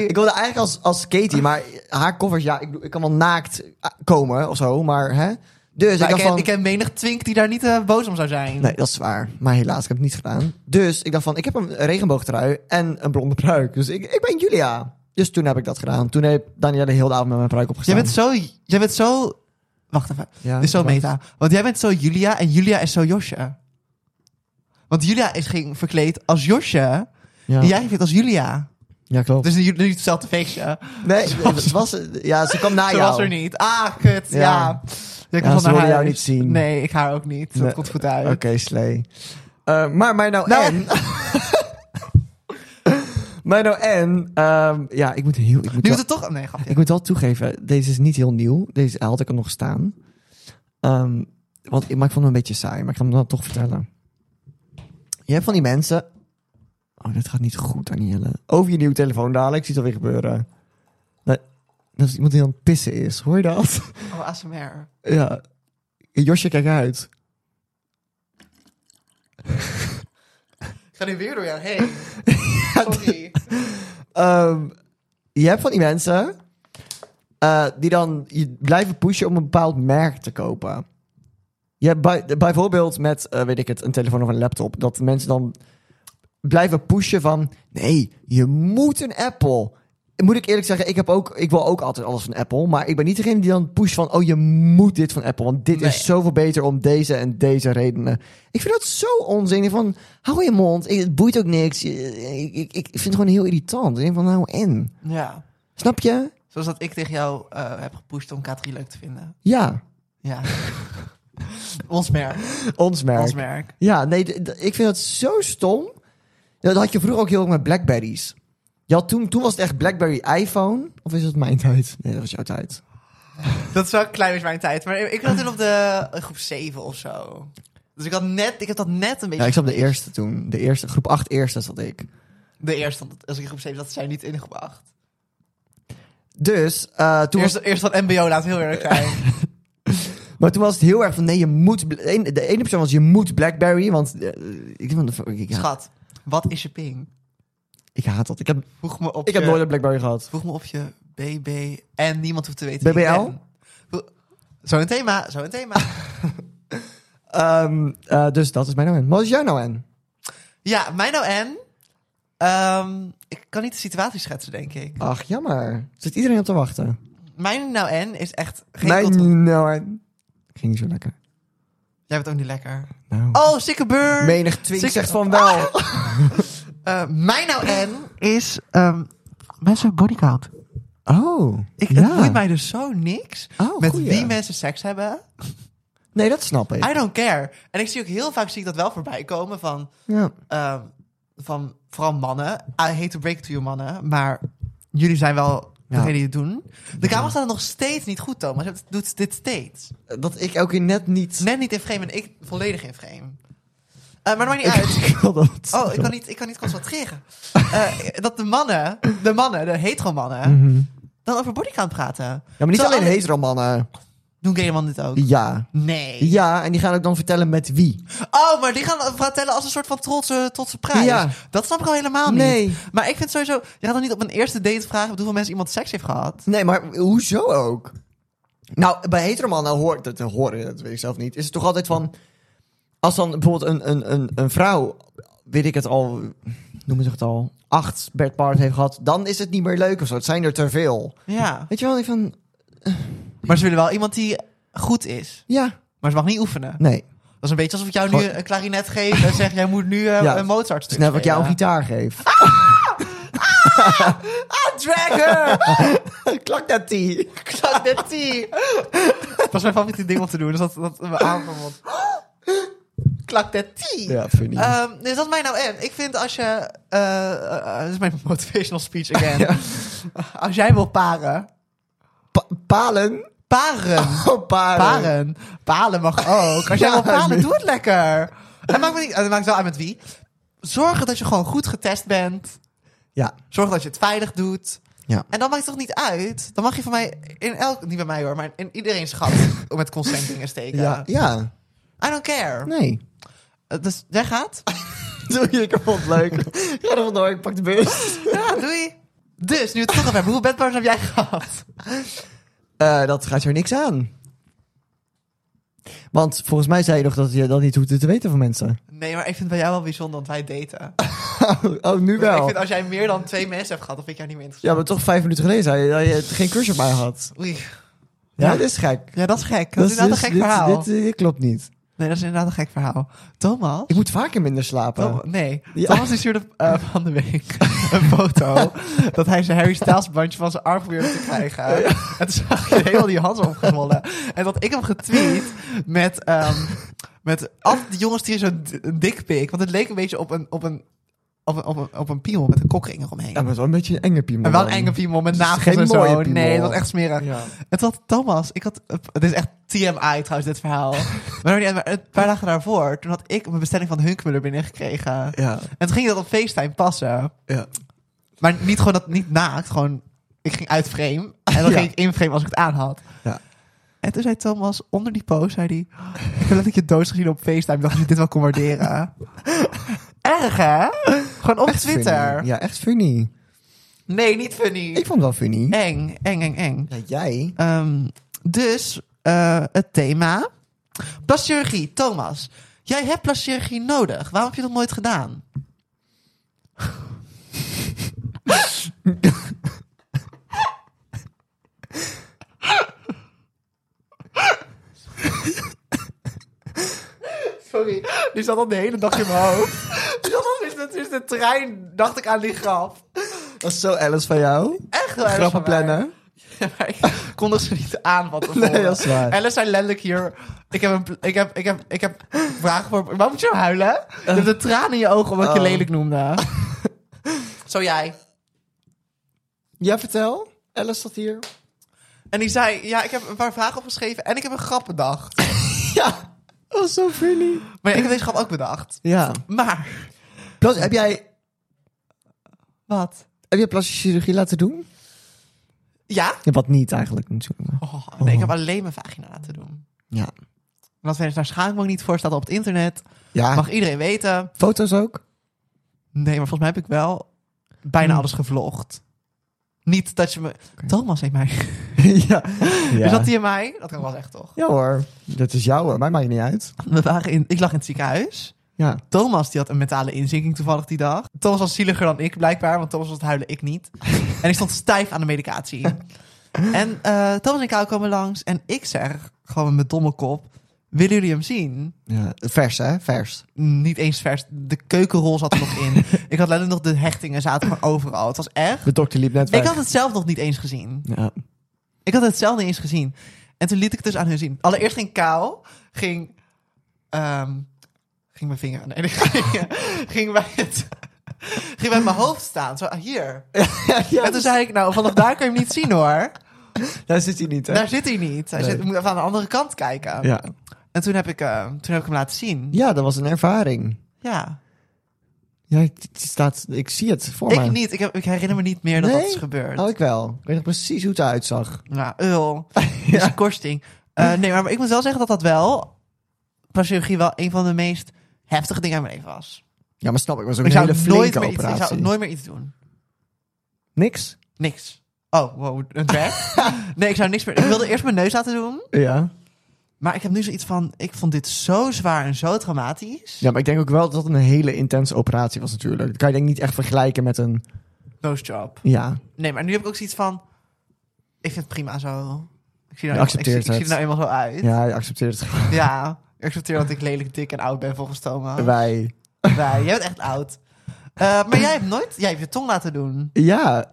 Speaker 2: ik wilde eigenlijk als, als Katie, maar haar covers, ja, ik, bedoel, ik kan wel naakt eh, komen of zo, maar hè. Dus ik
Speaker 1: Maar ik,
Speaker 2: dacht
Speaker 1: ken,
Speaker 2: van,
Speaker 1: ik ken menig twink die daar niet eh, boos om zou zijn.
Speaker 2: nee, dat is waar. Maar helaas, ik heb het niet gedaan. Dus ik dacht van, ik heb een regenboogtrui en een blonde pruik. Dus ik, ik ben Julia. Dus toen heb ik dat gedaan. Toen heb Danielle de hele avond met mijn pruik
Speaker 1: Jij
Speaker 2: opgestaan.
Speaker 1: bent zo... Jij bent zo... Wacht even.
Speaker 2: Ja,
Speaker 1: Dit is zo
Speaker 2: wacht.
Speaker 1: meta. Want jij bent zo Julia en Julia is zo Josje. Want Julia is, ging verkleed als Josje.
Speaker 2: Ja,
Speaker 1: En jij ging verkleed als Julia.
Speaker 2: ja klopt.
Speaker 1: Dus nu nu hetzelfde feestje.
Speaker 2: nee, het was, ja, ze kwam na
Speaker 1: Ze
Speaker 2: jou.
Speaker 1: was er niet. Ah, kut. Ja.
Speaker 2: Ja.
Speaker 1: Ja, ik
Speaker 2: Ja,
Speaker 1: was al
Speaker 2: ze
Speaker 1: naar
Speaker 2: wilden jou
Speaker 1: huis.
Speaker 2: niet zien.
Speaker 1: Nee, ik haar ook niet. Dat
Speaker 2: Nee.
Speaker 1: komt goed uit.
Speaker 2: Oké, slee. Eh, maar Mino
Speaker 1: Nou,
Speaker 2: N... Mino N... ehm, ja, ik moet heel... Ik moet,
Speaker 1: Nu
Speaker 2: wel,
Speaker 1: moet het toch... Nee, grapje.
Speaker 2: ik moet wel toegeven, deze is niet heel nieuw. Deze had ik er nog staan. Ehm, want, ik- maar ik vond hem een beetje saai. Maar ik ga hem dan toch vertellen. Je hebt van die mensen... Oh, dit gaat niet goed, Danielle. Over je nieuwe telefoon dadelijk. Ik zie het alweer gebeuren. Dat, dat is iemand die aan het pissen is. Hoor je dat?
Speaker 1: Oh, ASMR.
Speaker 2: Ja. Josje, kijk uit.
Speaker 1: Ik ga nu weer door jou heen. Sorry.
Speaker 2: Ehm, je hebt van die mensen eh, die dan je blijven pushen om een bepaald merk te kopen. Je hebt bij, bijvoorbeeld met, eh, weet ik het, een telefoon of een laptop. Dat mensen dan blijven pushen van, nee, je moet een Apple. Moet ik eerlijk zeggen, ik, heb ook, ik wil ook altijd alles van Apple. Maar ik ben niet degene die dan pusht van, oh, je moet dit van Apple. Want dit
Speaker 1: Nee.
Speaker 2: is zoveel beter om deze en deze redenen. Ik vind dat zo onzin. Van, hou je mond, ik- het boeit ook niks. Je- Ik, ik, ik vind het gewoon heel irritant. Ik denk van, nou en?
Speaker 1: Ja.
Speaker 2: Snap je?
Speaker 1: Zoals dat ik tegen jou eh, heb gepusht om K3 leuk te vinden.
Speaker 2: Ja,
Speaker 1: Ja. Ons merk.
Speaker 2: ons merk.
Speaker 1: Ons merk.
Speaker 2: Ja, nee, d- d- ik vind dat zo stom. Ja, Dat had je vroeger ook heel erg met Blackberries. Je had toen, toen was het echt Blackberry iPhone. Of is dat mijn tijd? Nee, dat was jouw tijd.
Speaker 1: Dat is wel een klein beetje mijn tijd. Maar ik had toen op de eh, groep 7 of zo. Dus ik had net... Ik heb dat net een beetje...
Speaker 2: Ja, ik zat op de eerste toen. De eerste, groep 8 eerste zat ik.
Speaker 1: De eerste. want Als ik in groep 7 zat, zijn niet in de groep 8.
Speaker 2: Dus, eh, toen
Speaker 1: Toen
Speaker 2: was,
Speaker 1: eerst, eerst dat mbo, laat heel eerlijk zijn.
Speaker 2: maar toen was het heel erg van, nee, je moet... bl- een- De ene persoon was, je moet Blackberry, want... eh, ik, denk van, de- ik, ik, haat-
Speaker 1: Schat, wat is je ping?
Speaker 2: ik haat dat. Ik heb,
Speaker 1: Vroeg me op
Speaker 2: ik
Speaker 1: je,
Speaker 2: heb nooit een Blackberry gehad.
Speaker 1: vroeg me op je BB en niemand hoeft te weten wie
Speaker 2: BBL?
Speaker 1: ik ben. Vroeg- Zo een thema, zo een thema.
Speaker 2: Ehm, eh, dus dat is mijn nou en. Wat is jouw nou en?
Speaker 1: ja, mij nou en? Ehm, ik kan niet de situatie schetsen, denk ik.
Speaker 2: Ach, jammer. Zit iedereen op te wachten?
Speaker 1: Mijn nou en is echt geen controle.
Speaker 2: Mijn nou en. Ging niet zo lekker.
Speaker 1: Jij bent ook niet lekker.
Speaker 2: Nou.
Speaker 1: Oh, sikke beur!
Speaker 2: Menig twink
Speaker 1: Zeker.
Speaker 2: zegt van wel.
Speaker 1: Eh, mijn nou en is... ehm mensen hebben bodycount.
Speaker 2: Oh,
Speaker 1: Ik, Het
Speaker 2: ja.
Speaker 1: boeit mij dus zo niks
Speaker 2: Oh,
Speaker 1: met
Speaker 2: goeie.
Speaker 1: wie mensen seks hebben.
Speaker 2: Nee, dat snap ik.
Speaker 1: I don't care. En ik zie ook heel vaak zie ik dat wel voorbij komen van...
Speaker 2: Ja.
Speaker 1: ehm, van vooral mannen. I hate to break it to you, mannen. Maar jullie zijn wel
Speaker 2: Ja.
Speaker 1: degene die het doen. De Kamer staat er nog steeds niet goed, Thomas. Het doet dit steeds.
Speaker 2: Dat ik elke keer net niet...
Speaker 1: Net niet in frame en ik volledig in frame. Eh, maar dat maakt niet uit.
Speaker 2: Ik wil dat.
Speaker 1: Oh, ik kan niet, ik kan niet concentreren. Eh, dat de mannen, de mannen, de hetero mannen,
Speaker 2: Mhm.
Speaker 1: dan over bodycount praten.
Speaker 2: Ja, maar niet
Speaker 1: Terwijl
Speaker 2: alleen
Speaker 1: alle-
Speaker 2: hetero mannen.
Speaker 1: Doen Gamerman dit ook?
Speaker 2: Ja.
Speaker 1: Nee.
Speaker 2: Ja, en die gaan ook dan vertellen met wie.
Speaker 1: Oh, maar die gaan vertellen als een soort van trotse, trotse prijs.
Speaker 2: Ja.
Speaker 1: Dat snap ik al helemaal niet.
Speaker 2: Nee.
Speaker 1: Maar ik vind sowieso... Je gaat dan niet op een eerste date vragen... met hoeveel mensen iemand seks heeft gehad.
Speaker 2: Nee, maar hoezo ook? Nou, bij heteroman, nou hoor ik dat, hoor, ik, dat weet ik zelf niet. Is het toch altijd van. Als dan bijvoorbeeld een, een, een, een vrouw, weet ik het al, noem het het al, acht Bert Part heeft gehad, dan is het niet meer leuk of zo. Het zijn er te veel.
Speaker 1: Ja.
Speaker 2: Weet je wel, ik van.
Speaker 1: Maar ze willen wel iemand die goed is.
Speaker 2: Ja,
Speaker 1: Maar ze mag niet oefenen.
Speaker 2: nee.
Speaker 1: Dat is een beetje alsof ik jou nu
Speaker 2: Gewoon-
Speaker 1: een klarinet geef... en zeg, jij moet nu eh,
Speaker 2: Ja.
Speaker 1: een Mozart
Speaker 2: Het is
Speaker 1: stuk
Speaker 2: net wat ik jou een
Speaker 1: spelen.
Speaker 2: gitaar geef.
Speaker 1: Ah, drag her!
Speaker 2: Klak dat die.
Speaker 1: Klak de tea. Dat is mijn favoriete ding om te doen. Dus dat, dat mijn aanverwant. Klak de tea.
Speaker 2: Ja, funny.
Speaker 1: Ehm, dus dat is mij nou en. Ik vind als je. eh, eh, eh, dit is mijn motivational speech again.
Speaker 2: Ja.
Speaker 1: Als jij wil paren.
Speaker 2: Pa- palen?
Speaker 1: Paren.
Speaker 2: Oh, paren.
Speaker 1: Paren. Palen mag ook. Als jij wil palen, doe het lekker. Het maakt, me niet, het maakt wel uit met wie. Zorg dat je gewoon goed getest bent.
Speaker 2: Ja.
Speaker 1: Zorg dat je het veilig doet.
Speaker 2: Ja.
Speaker 1: En dan maakt het toch niet uit? Dan mag je van mij in elk... Niet bij mij hoor, maar in iedereen's gat met consent dingen steken.
Speaker 2: Ja. ja.
Speaker 1: I don't care.
Speaker 2: Nee.
Speaker 1: Eh, Dus jij gaat.
Speaker 2: Doe je, ik vond het leuk. Ga er vandoor, ik pak de bus.
Speaker 1: Ja, doei. Dus, nu we het toch over hebben. Hoeveel bedpartners heb jij gehad?
Speaker 2: Eh, dat gaat jou niks aan. Want volgens mij zei je nog dat je dat niet hoeft te weten van mensen.
Speaker 1: Nee, maar ik vind het bij jou wel bijzonder, want wij daten.
Speaker 2: Oh, nu
Speaker 1: Dus ik
Speaker 2: wel.
Speaker 1: vind als jij meer dan twee mensen hebt gehad, dan vind ik jou niet meer interessant.
Speaker 2: Ja, maar toch vijf minuten geleden zei je dat je geen crush op mij had.
Speaker 1: Oei.
Speaker 2: Ja,
Speaker 1: Ja?
Speaker 2: dat is gek.
Speaker 1: Ja, dat is gek. Dat, is inderdaad een gek
Speaker 2: dit-
Speaker 1: verhaal.
Speaker 2: Dit, eh, klopt niet.
Speaker 1: Nee, dat is inderdaad een gek verhaal. Thomas?
Speaker 2: Ik moet vaker minder slapen.
Speaker 1: Tom- nee,
Speaker 2: Ja.
Speaker 1: Thomas die stuurde eh, van de week een foto dat hij zijn Harry Styles bandje van zijn arm probeerde te krijgen. En toen zag je helemaal die hand opgezwollen. En dat ik hem getweet met, ehm met al die jongens die zo'n d- een dikpik, want het leek een beetje op een, op een, op een, op een, op een piemel met een kokring eromheen.
Speaker 2: Ja, maar het is wel een beetje een enge piemel.
Speaker 1: en wel een
Speaker 2: dan.
Speaker 1: enge piemel met
Speaker 2: Het is
Speaker 1: nagels
Speaker 2: geen
Speaker 1: en
Speaker 2: mooie
Speaker 1: zo.
Speaker 2: piemel.
Speaker 1: Nee, dat was echt smerig.
Speaker 2: Ja.
Speaker 1: Het had Thomas, ik had, het is echt TMI trouwens dit verhaal. maar niet uit, maar een paar dagen daarvoor, toen had ik mijn bestelling van Hunkmuller binnengekregen.
Speaker 2: Ja,
Speaker 1: En toen ging dat op FaceTime passen.
Speaker 2: ja.
Speaker 1: Maar niet gewoon dat, niet naakt. Gewoon, ik ging uit frame. En dan
Speaker 2: Ja.
Speaker 1: ging ik in frame als ik het aan had.
Speaker 2: Ja.
Speaker 1: En toen zei Thomas, onder die post, zei hij... Ik wil dat ik je doos gezien op FaceTime. Ik dacht dat je dit wel kon waarderen. Erg, hè? Gewoon op
Speaker 2: Echt
Speaker 1: Twitter.
Speaker 2: funny. Ja, echt funny.
Speaker 1: Nee, niet funny.
Speaker 2: Ik vond het wel funny.
Speaker 1: Eng, eng, eng, eng.
Speaker 2: Ja, jij?
Speaker 1: Ehm, dus, eh, het thema... Plastchirurgie. Thomas, jij hebt plastchirurgie nodig. Waarom heb je dat nooit gedaan? Sorry, die zat al de hele dag in mijn hoofd. Die zat al sinds de, sinds de trein, dacht ik aan die grap.
Speaker 2: Dat is zo Alice van jou.
Speaker 1: Echt wel erg van
Speaker 2: Grappen
Speaker 1: mij.
Speaker 2: plannen.
Speaker 1: Ja, maar ik kondig ze niet aan wat tevoren.
Speaker 2: Nee, dat is waar.
Speaker 1: Alice zei letterlijk hier... Ik heb, een, pl- ik heb, ik heb, ik heb vragen voor... Waarom moet je nou huilen? Je hebt een traan in je ogen omdat ik je
Speaker 2: Oh.
Speaker 1: lelijk noemde. Zo jij.
Speaker 2: Ja, vertel. Alice staat hier.
Speaker 1: En die zei... Ja, ik heb een paar vragen opgeschreven en ik heb een grap bedacht.
Speaker 2: Ja. Dat was zo funny.
Speaker 1: Maar ja, ik heb deze grap ook bedacht.
Speaker 2: Ja.
Speaker 1: Maar...
Speaker 2: Plas, heb jij,
Speaker 1: Wat?
Speaker 2: heb jij plastische chirurgie laten doen?
Speaker 1: Ja?
Speaker 2: Ja, wat niet eigenlijk natuurlijk.
Speaker 1: Oh, nee, ik heb alleen mijn vagina laten doen.
Speaker 2: Ja.
Speaker 1: En als verder daar schaam ik me ook niet voor staat op het internet.
Speaker 2: Ja.
Speaker 1: Mag iedereen weten.
Speaker 2: Foto's ook?
Speaker 1: Nee, maar volgens mij heb ik wel bijna
Speaker 2: Hmm.
Speaker 1: alles gevlogd. Niet dat je me... Thomas heeft mij...
Speaker 2: ja.
Speaker 1: Is dat die in mij? Dat kan wel echt toch?
Speaker 2: Ja hoor. Dat is jou hoor. Mij maakt niet uit.
Speaker 1: We waren in, ik lag in het ziekenhuis.
Speaker 2: Ja.
Speaker 1: Thomas die had een mentale inzinking toevallig die dag. Thomas was zieliger dan ik blijkbaar, want Thomas was het huilen, ik niet. En ik stond stijf aan de medicatie. En eh, Thomas en Kou komen langs en ik zeg gewoon met mijn domme kop... Willen jullie hem zien?
Speaker 2: ja. Vers hè? Vers.
Speaker 1: Niet eens vers. De keukenrol zat er nog in. Ik had letterlijk nog de hechtingen zaten gewoon overal. Het was echt...
Speaker 2: De dokter liep net weg.
Speaker 1: Ik had het zelf nog niet eens gezien.
Speaker 2: Ja.
Speaker 1: Ik had het zelf niet eens gezien. En toen liet ik het dus aan hun zien. Allereerst ging Kaal, ging, ehm, ging mijn vinger aan. Nee, ging, ging bij het, ging bij mijn hoofd staan. Zo, ah, hier. En toen zei ik, nou, vanaf daar kan je hem niet zien hoor.
Speaker 2: Daar zit hij niet hè?
Speaker 1: Daar zit hij niet. Hij
Speaker 2: Nee.
Speaker 1: zit, moet even aan de andere kant kijken.
Speaker 2: Ja.
Speaker 1: En toen heb, ik, eh, toen heb ik hem laten zien.
Speaker 2: Ja, dat was een ervaring.
Speaker 1: Ja.
Speaker 2: Ja, het- het staat, ik zie het voor me.
Speaker 1: Ik niet. Ik, heb, ik herinner me niet meer dat
Speaker 2: Oh Nee?
Speaker 1: dat is gebeurd.
Speaker 2: Oh, ik wel. Ik weet nog precies hoe het eruit zag.
Speaker 1: Nou, ul. Dus die korsting. Eh, nee, maar, maar ik moet wel zeggen dat dat wel... Plastic wel een van de meest heftige dingen uit mijn leven was.
Speaker 2: Ja, maar snap ik. was ook
Speaker 1: Ik
Speaker 2: een
Speaker 1: zou,
Speaker 2: hele
Speaker 1: nooit
Speaker 2: flinke
Speaker 1: meer iets, ik
Speaker 2: operatie.
Speaker 1: zou nooit meer iets doen.
Speaker 2: Niks?
Speaker 1: Niks. Oh, wow, een drag? nee, ik zou niks meer... Ik wilde eerst mijn neus laten doen.
Speaker 2: Ja.
Speaker 1: Maar ik heb nu zoiets van... Ik vond dit zo zwaar en zo traumatisch.
Speaker 2: Ja, maar ik denk ook wel dat het een hele intense operatie was natuurlijk. Dat kan je denk ik niet echt vergelijken met een...
Speaker 1: Nose job.
Speaker 2: Ja,
Speaker 1: Nee, maar nu heb ik ook zoiets van... Ik vind het prima zo. Ik zie
Speaker 2: Je
Speaker 1: er nou, ik, ik,
Speaker 2: accepteert
Speaker 1: zie- ik zie
Speaker 2: het.
Speaker 1: er nou eenmaal zo uit. Ja.
Speaker 2: ja je accepteert het gewoon.
Speaker 1: Ik accepteer dat ik lelijk dik en oud ben volgens Thomas.
Speaker 2: Wij...
Speaker 1: Wij, jij bent echt oud. Eh, maar jij hebt nooit... Jij hebt je tong laten doen.
Speaker 2: Ja,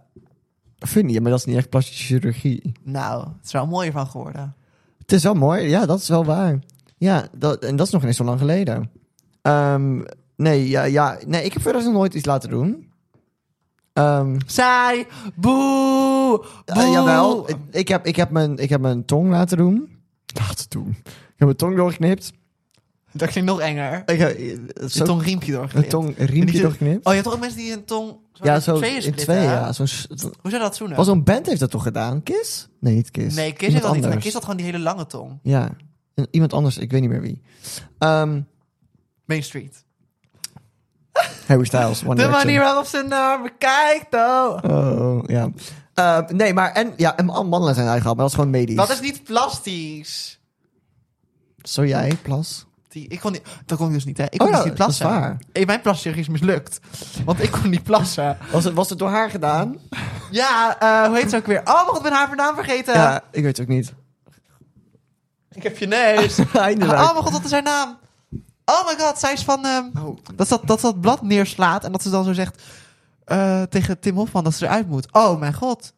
Speaker 2: funny. Maar dat is niet echt plastische chirurgie.
Speaker 1: Nou, het is er wel mooier van geworden.
Speaker 2: Het is wel mooi. Ja, dat is wel waar. Ja, dat, en dat is nog niet zo lang geleden. Ehm, nee, ja, ja, nee, ik heb verder nog nooit iets laten doen. Ehm
Speaker 1: Zij, boe, boe.
Speaker 2: eh, jawel, ik- ik heb, ik, heb mijn, ik heb mijn tong laten doen. Laten doen. Ik heb mijn tong doorgeknipt.
Speaker 1: Dat klinkt nog enger.
Speaker 2: Ik heb, eh,
Speaker 1: Je
Speaker 2: zo-
Speaker 1: tong riempje doorgeknipt.
Speaker 2: mijn tong
Speaker 1: Niet
Speaker 2: riempje
Speaker 1: je-
Speaker 2: doorgeknipt.
Speaker 1: Oh, je hebt toch ook mensen die hun tong zo
Speaker 2: ja,
Speaker 1: Oh, in
Speaker 2: zo
Speaker 1: tweeën
Speaker 2: in
Speaker 1: splitten?
Speaker 2: twee. Ja, zo'n, s-
Speaker 1: Hoe zou dat zoenen?
Speaker 2: was zo'n band heeft dat toch gedaan? Kiss? Nee, niet Kiss.
Speaker 1: nee, Kis
Speaker 2: Iemand
Speaker 1: heeft dat niet. Maar
Speaker 2: anders.
Speaker 1: Kis had gewoon die hele lange tong.
Speaker 2: Ja, en iemand anders. Ik weet niet meer wie. Ehm
Speaker 1: Main Street.
Speaker 2: Harry Styles, One
Speaker 1: De
Speaker 2: Direction.
Speaker 1: manier waarop ze naar me kijkt, oh.
Speaker 2: Oh, ja. Eh, nee, maar en, ja, en man- mannen zijn uitgehaald, maar dat is gewoon medisch.
Speaker 1: Dat is niet plastisch.
Speaker 2: Zo jij, plas.
Speaker 1: Die, ik kon niet, dat kon ik dus niet, hè. Ik
Speaker 2: Oh
Speaker 1: kon dus
Speaker 2: ja,
Speaker 1: niet plassen.
Speaker 2: dat is waar.
Speaker 1: Eh, Mijn plasschirurgie is mislukt. Want ik kon niet plassen.
Speaker 2: Was het, was het door haar gedaan?
Speaker 1: Ja, eh, hoe heet ze ook weer? Oh, mijn god, ik ben haar naam vergeten.
Speaker 2: ja, ik weet het ook niet.
Speaker 1: Ik heb je neus.
Speaker 2: Eindelijk.
Speaker 1: Oh mijn god, wat is haar naam? Oh my god, zij is van... ehm,
Speaker 2: Oh.
Speaker 1: dat, ze dat, dat ze dat blad neerslaat en dat ze dan zo zegt eh, tegen Tim Hofman dat ze eruit moet. Oh mijn god.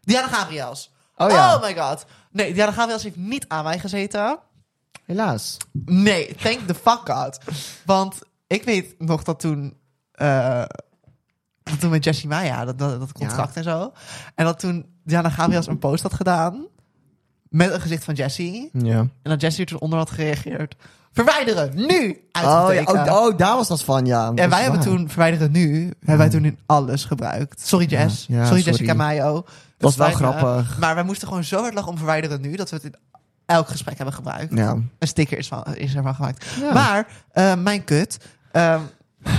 Speaker 1: Diana Gabriels.
Speaker 2: Oh ja,
Speaker 1: my god. Nee, Diana Gabriels heeft niet aan mij gezeten.
Speaker 2: helaas.
Speaker 1: Nee, thank the fuck god. Want ik weet nog dat toen... eh, dat toen met Jessie Maya, dat, dat, dat contract en zo. En dat toen Diana Gabriels een post had gedaan... met een gezicht van Jessie...
Speaker 2: Ja.
Speaker 1: En dat Jesse er toen onder had gereageerd. Verwijderen, nu!
Speaker 2: Oh, ja.
Speaker 1: Uitgetekend.
Speaker 2: Oh, oh, daar was dat van, ja. Dat
Speaker 1: en
Speaker 2: is
Speaker 1: wij hebben
Speaker 2: waar. Hmm.
Speaker 1: toen, verwijderen nu, hebben wij toen in alles gebruikt. Sorry Jess,
Speaker 2: Ja, ja,
Speaker 1: sorry
Speaker 2: sorry.
Speaker 1: Jessica Mayo. Het
Speaker 2: was wel
Speaker 1: spijt me.
Speaker 2: grappig.
Speaker 1: Maar wij moesten gewoon zo hard lachen om verwijderen nu, dat we het in elk gesprek hebben gebruikt.
Speaker 2: Ja.
Speaker 1: Een sticker is, van, is ervan gemaakt.
Speaker 2: Ja.
Speaker 1: Maar, eh, mijn kut, eh,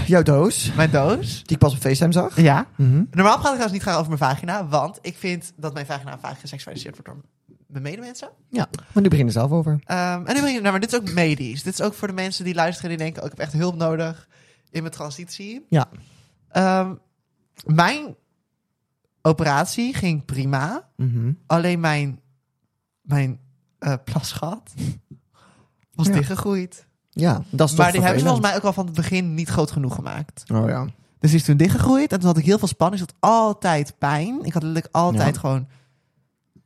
Speaker 2: Jouw doos,
Speaker 1: mijn doos,
Speaker 2: die ik pas op FaceTime zag.
Speaker 1: ja.
Speaker 2: Mhm.
Speaker 1: Normaal praat ik trouwens niet graag over mijn vagina, want ik vind dat mijn vagina vaak geseksualiseerd wordt door mijn medemensen.
Speaker 2: Ja, maar nu beginnen zelf over.
Speaker 1: Ehm, en nu breng je, nou, maar dit is ook medisch. Dit is ook voor de mensen die luisteren en die denken: oh, ik heb echt hulp nodig in mijn transitie.
Speaker 2: Ja.
Speaker 1: Ehm, mijn operatie ging prima.
Speaker 2: Mhm.
Speaker 1: Alleen mijn, mijn eh, plasgat was
Speaker 2: Ja.
Speaker 1: dichtgegroeid.
Speaker 2: Ja, dat is toch
Speaker 1: Maar die hebben ze volgens
Speaker 2: vervelend.
Speaker 1: mij ook al van het begin niet groot genoeg gemaakt.
Speaker 2: Oh ja.
Speaker 1: Dus die is toen dichtgegroeid. En toen had ik heel veel spanning. Ik had altijd pijn. Ik had letterlijk altijd
Speaker 2: Ja.
Speaker 1: gewoon...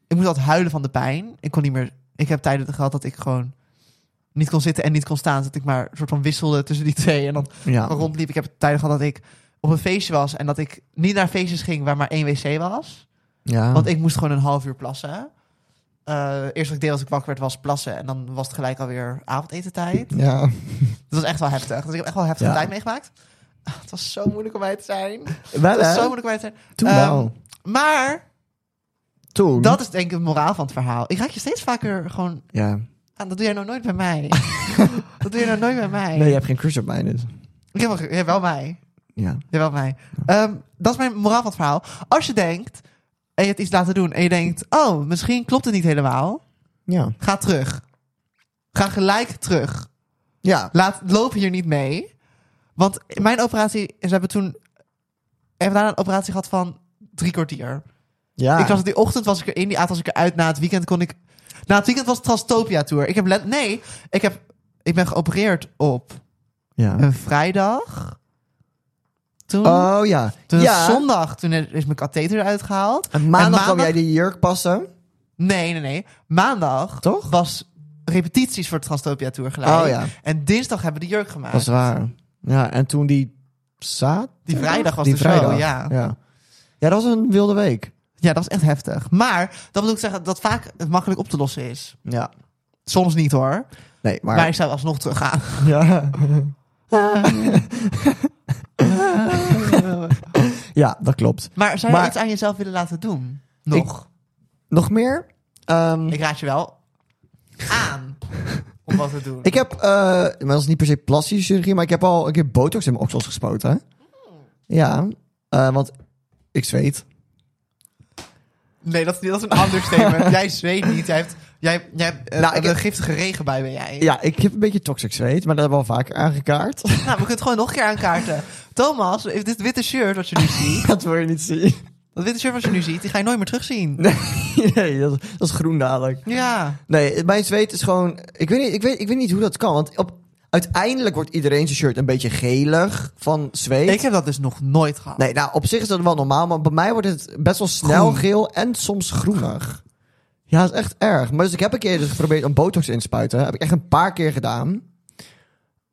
Speaker 1: Ik moest altijd huilen van de pijn. Ik kon niet meer... Ik heb tijden gehad dat ik gewoon niet kon zitten en niet kon staan. Dat ik maar soort van wisselde tussen die twee. En dan
Speaker 2: Ja.
Speaker 1: rondliep. Ik heb tijden gehad dat ik op een feestje was. En dat ik niet naar feestjes ging waar maar één wc was.
Speaker 2: ja.
Speaker 1: Want ik moest gewoon een half uur plassen. Eh, eerst wat ik deed als ik wakker werd was plassen. En dan was het gelijk alweer avondetentijd.
Speaker 2: Ja.
Speaker 1: Dat was echt wel heftig. Dus ik heb echt wel heftige
Speaker 2: Ja.
Speaker 1: tijd meegemaakt. Ah, Het was zo moeilijk om bij te zijn.
Speaker 2: Wel,
Speaker 1: Dat is
Speaker 2: hè?
Speaker 1: zo moeilijk kwijt zijn.
Speaker 2: Toen
Speaker 1: Ehm,
Speaker 2: wel.
Speaker 1: Maar
Speaker 2: Toen.
Speaker 1: dat is denk ik het moraal van het verhaal. Ik raak je steeds vaker gewoon
Speaker 2: Ja.
Speaker 1: aan. Dat doe jij nou nooit bij mij. dat doe je nou nooit bij mij.
Speaker 2: Nee, je hebt geen crush op mij, dus.
Speaker 1: Ik heb wel, ge- ja, wel mij.
Speaker 2: Ja.
Speaker 1: Ja, wel mij. Ehm, dat is mijn moraal van het verhaal. Als je denkt, en je hebt iets laten doen, en je denkt, oh, misschien klopt het niet helemaal.
Speaker 2: Ja.
Speaker 1: Ga terug. Ga gelijk terug.
Speaker 2: Ja.
Speaker 1: Laat, loop hier niet mee. Want mijn operatie, ze hebben toen, even daarna een operatie gehad van drie kwartier.
Speaker 2: Ja.
Speaker 1: Ik was die ochtend was ik erin, die avond was ik eruit. Na het weekend kon ik. Na het weekend was het Transtopia Tour. Ik heb let, nee, ik heb ik ben geopereerd op
Speaker 2: ja.
Speaker 1: een vrijdag. Toen,
Speaker 2: Oh ja.
Speaker 1: toen
Speaker 2: ja.
Speaker 1: op zondag, toen is mijn katheter eruit gehaald.
Speaker 2: En maandag,
Speaker 1: En
Speaker 2: kwam jij die jurk passen.
Speaker 1: Nee, nee, nee. Maandag
Speaker 2: Toch?
Speaker 1: was repetities voor de Transtopia Tour gelijk.
Speaker 2: Oh, ja.
Speaker 1: En dinsdag hebben we de jurk gemaakt.
Speaker 2: Dat is waar. Ja, en toen die zaad.
Speaker 1: Die vrijdag was
Speaker 2: die
Speaker 1: de show,
Speaker 2: vrijdag.
Speaker 1: ja.
Speaker 2: ja. Ja, dat was een wilde week.
Speaker 1: Ja, dat was echt heftig. Maar dat wil ik zeggen dat vaak het makkelijk op te lossen is.
Speaker 2: Ja.
Speaker 1: Soms niet hoor.
Speaker 2: Nee, maar...
Speaker 1: Maar, ik zou alsnog teruggaan.
Speaker 2: Ja. ja, dat klopt.
Speaker 1: Maar zou je
Speaker 2: Maar-
Speaker 1: iets aan jezelf willen laten doen? Nog?
Speaker 2: Nog meer? Ehm,
Speaker 1: Ik, raad je wel. aan om wat te doen.
Speaker 2: Ik heb, eh, maar dat is niet per se plastische chirurgie, maar ik heb al een keer botox in mijn oksels gespoten. hè. Ja, eh, want ik zweet.
Speaker 1: Nee, dat, is niet- dat is een ander statement. jij zweet niet. Jij hebt, jij, jij hebt eh,
Speaker 2: Nou, ik
Speaker 1: een
Speaker 2: heb-
Speaker 1: giftige regen bij ben jij.
Speaker 2: Ja, ik heb een beetje toxic zweet, maar dat hebben we al vaker aangekaart.
Speaker 1: Nou, we kunnen het gewoon nog een keer aankaarten. Thomas, heeft dit witte shirt wat je nu ziet,
Speaker 2: dat wil je niet zien.
Speaker 1: dat witte shirt wat je nu ziet, die ga je nooit meer terugzien.
Speaker 2: nee, dat, dat is groen dadelijk.
Speaker 1: Ja.
Speaker 2: Nee, mijn zweet is gewoon... Ik weet niet, ik weet, ik weet niet hoe dat kan, want op, uiteindelijk wordt iedereen zijn shirt een beetje gelig van zweet.
Speaker 1: Ik heb dat dus nog nooit gehad.
Speaker 2: Nee, nou, op zich is dat wel normaal, maar bij mij wordt het best wel snel
Speaker 1: Groen.
Speaker 2: geel en soms groenig. Ja, dat is echt erg. Maar dus ik heb een keer dus geprobeerd om botox in te spuiten. Heb ik echt een paar keer gedaan.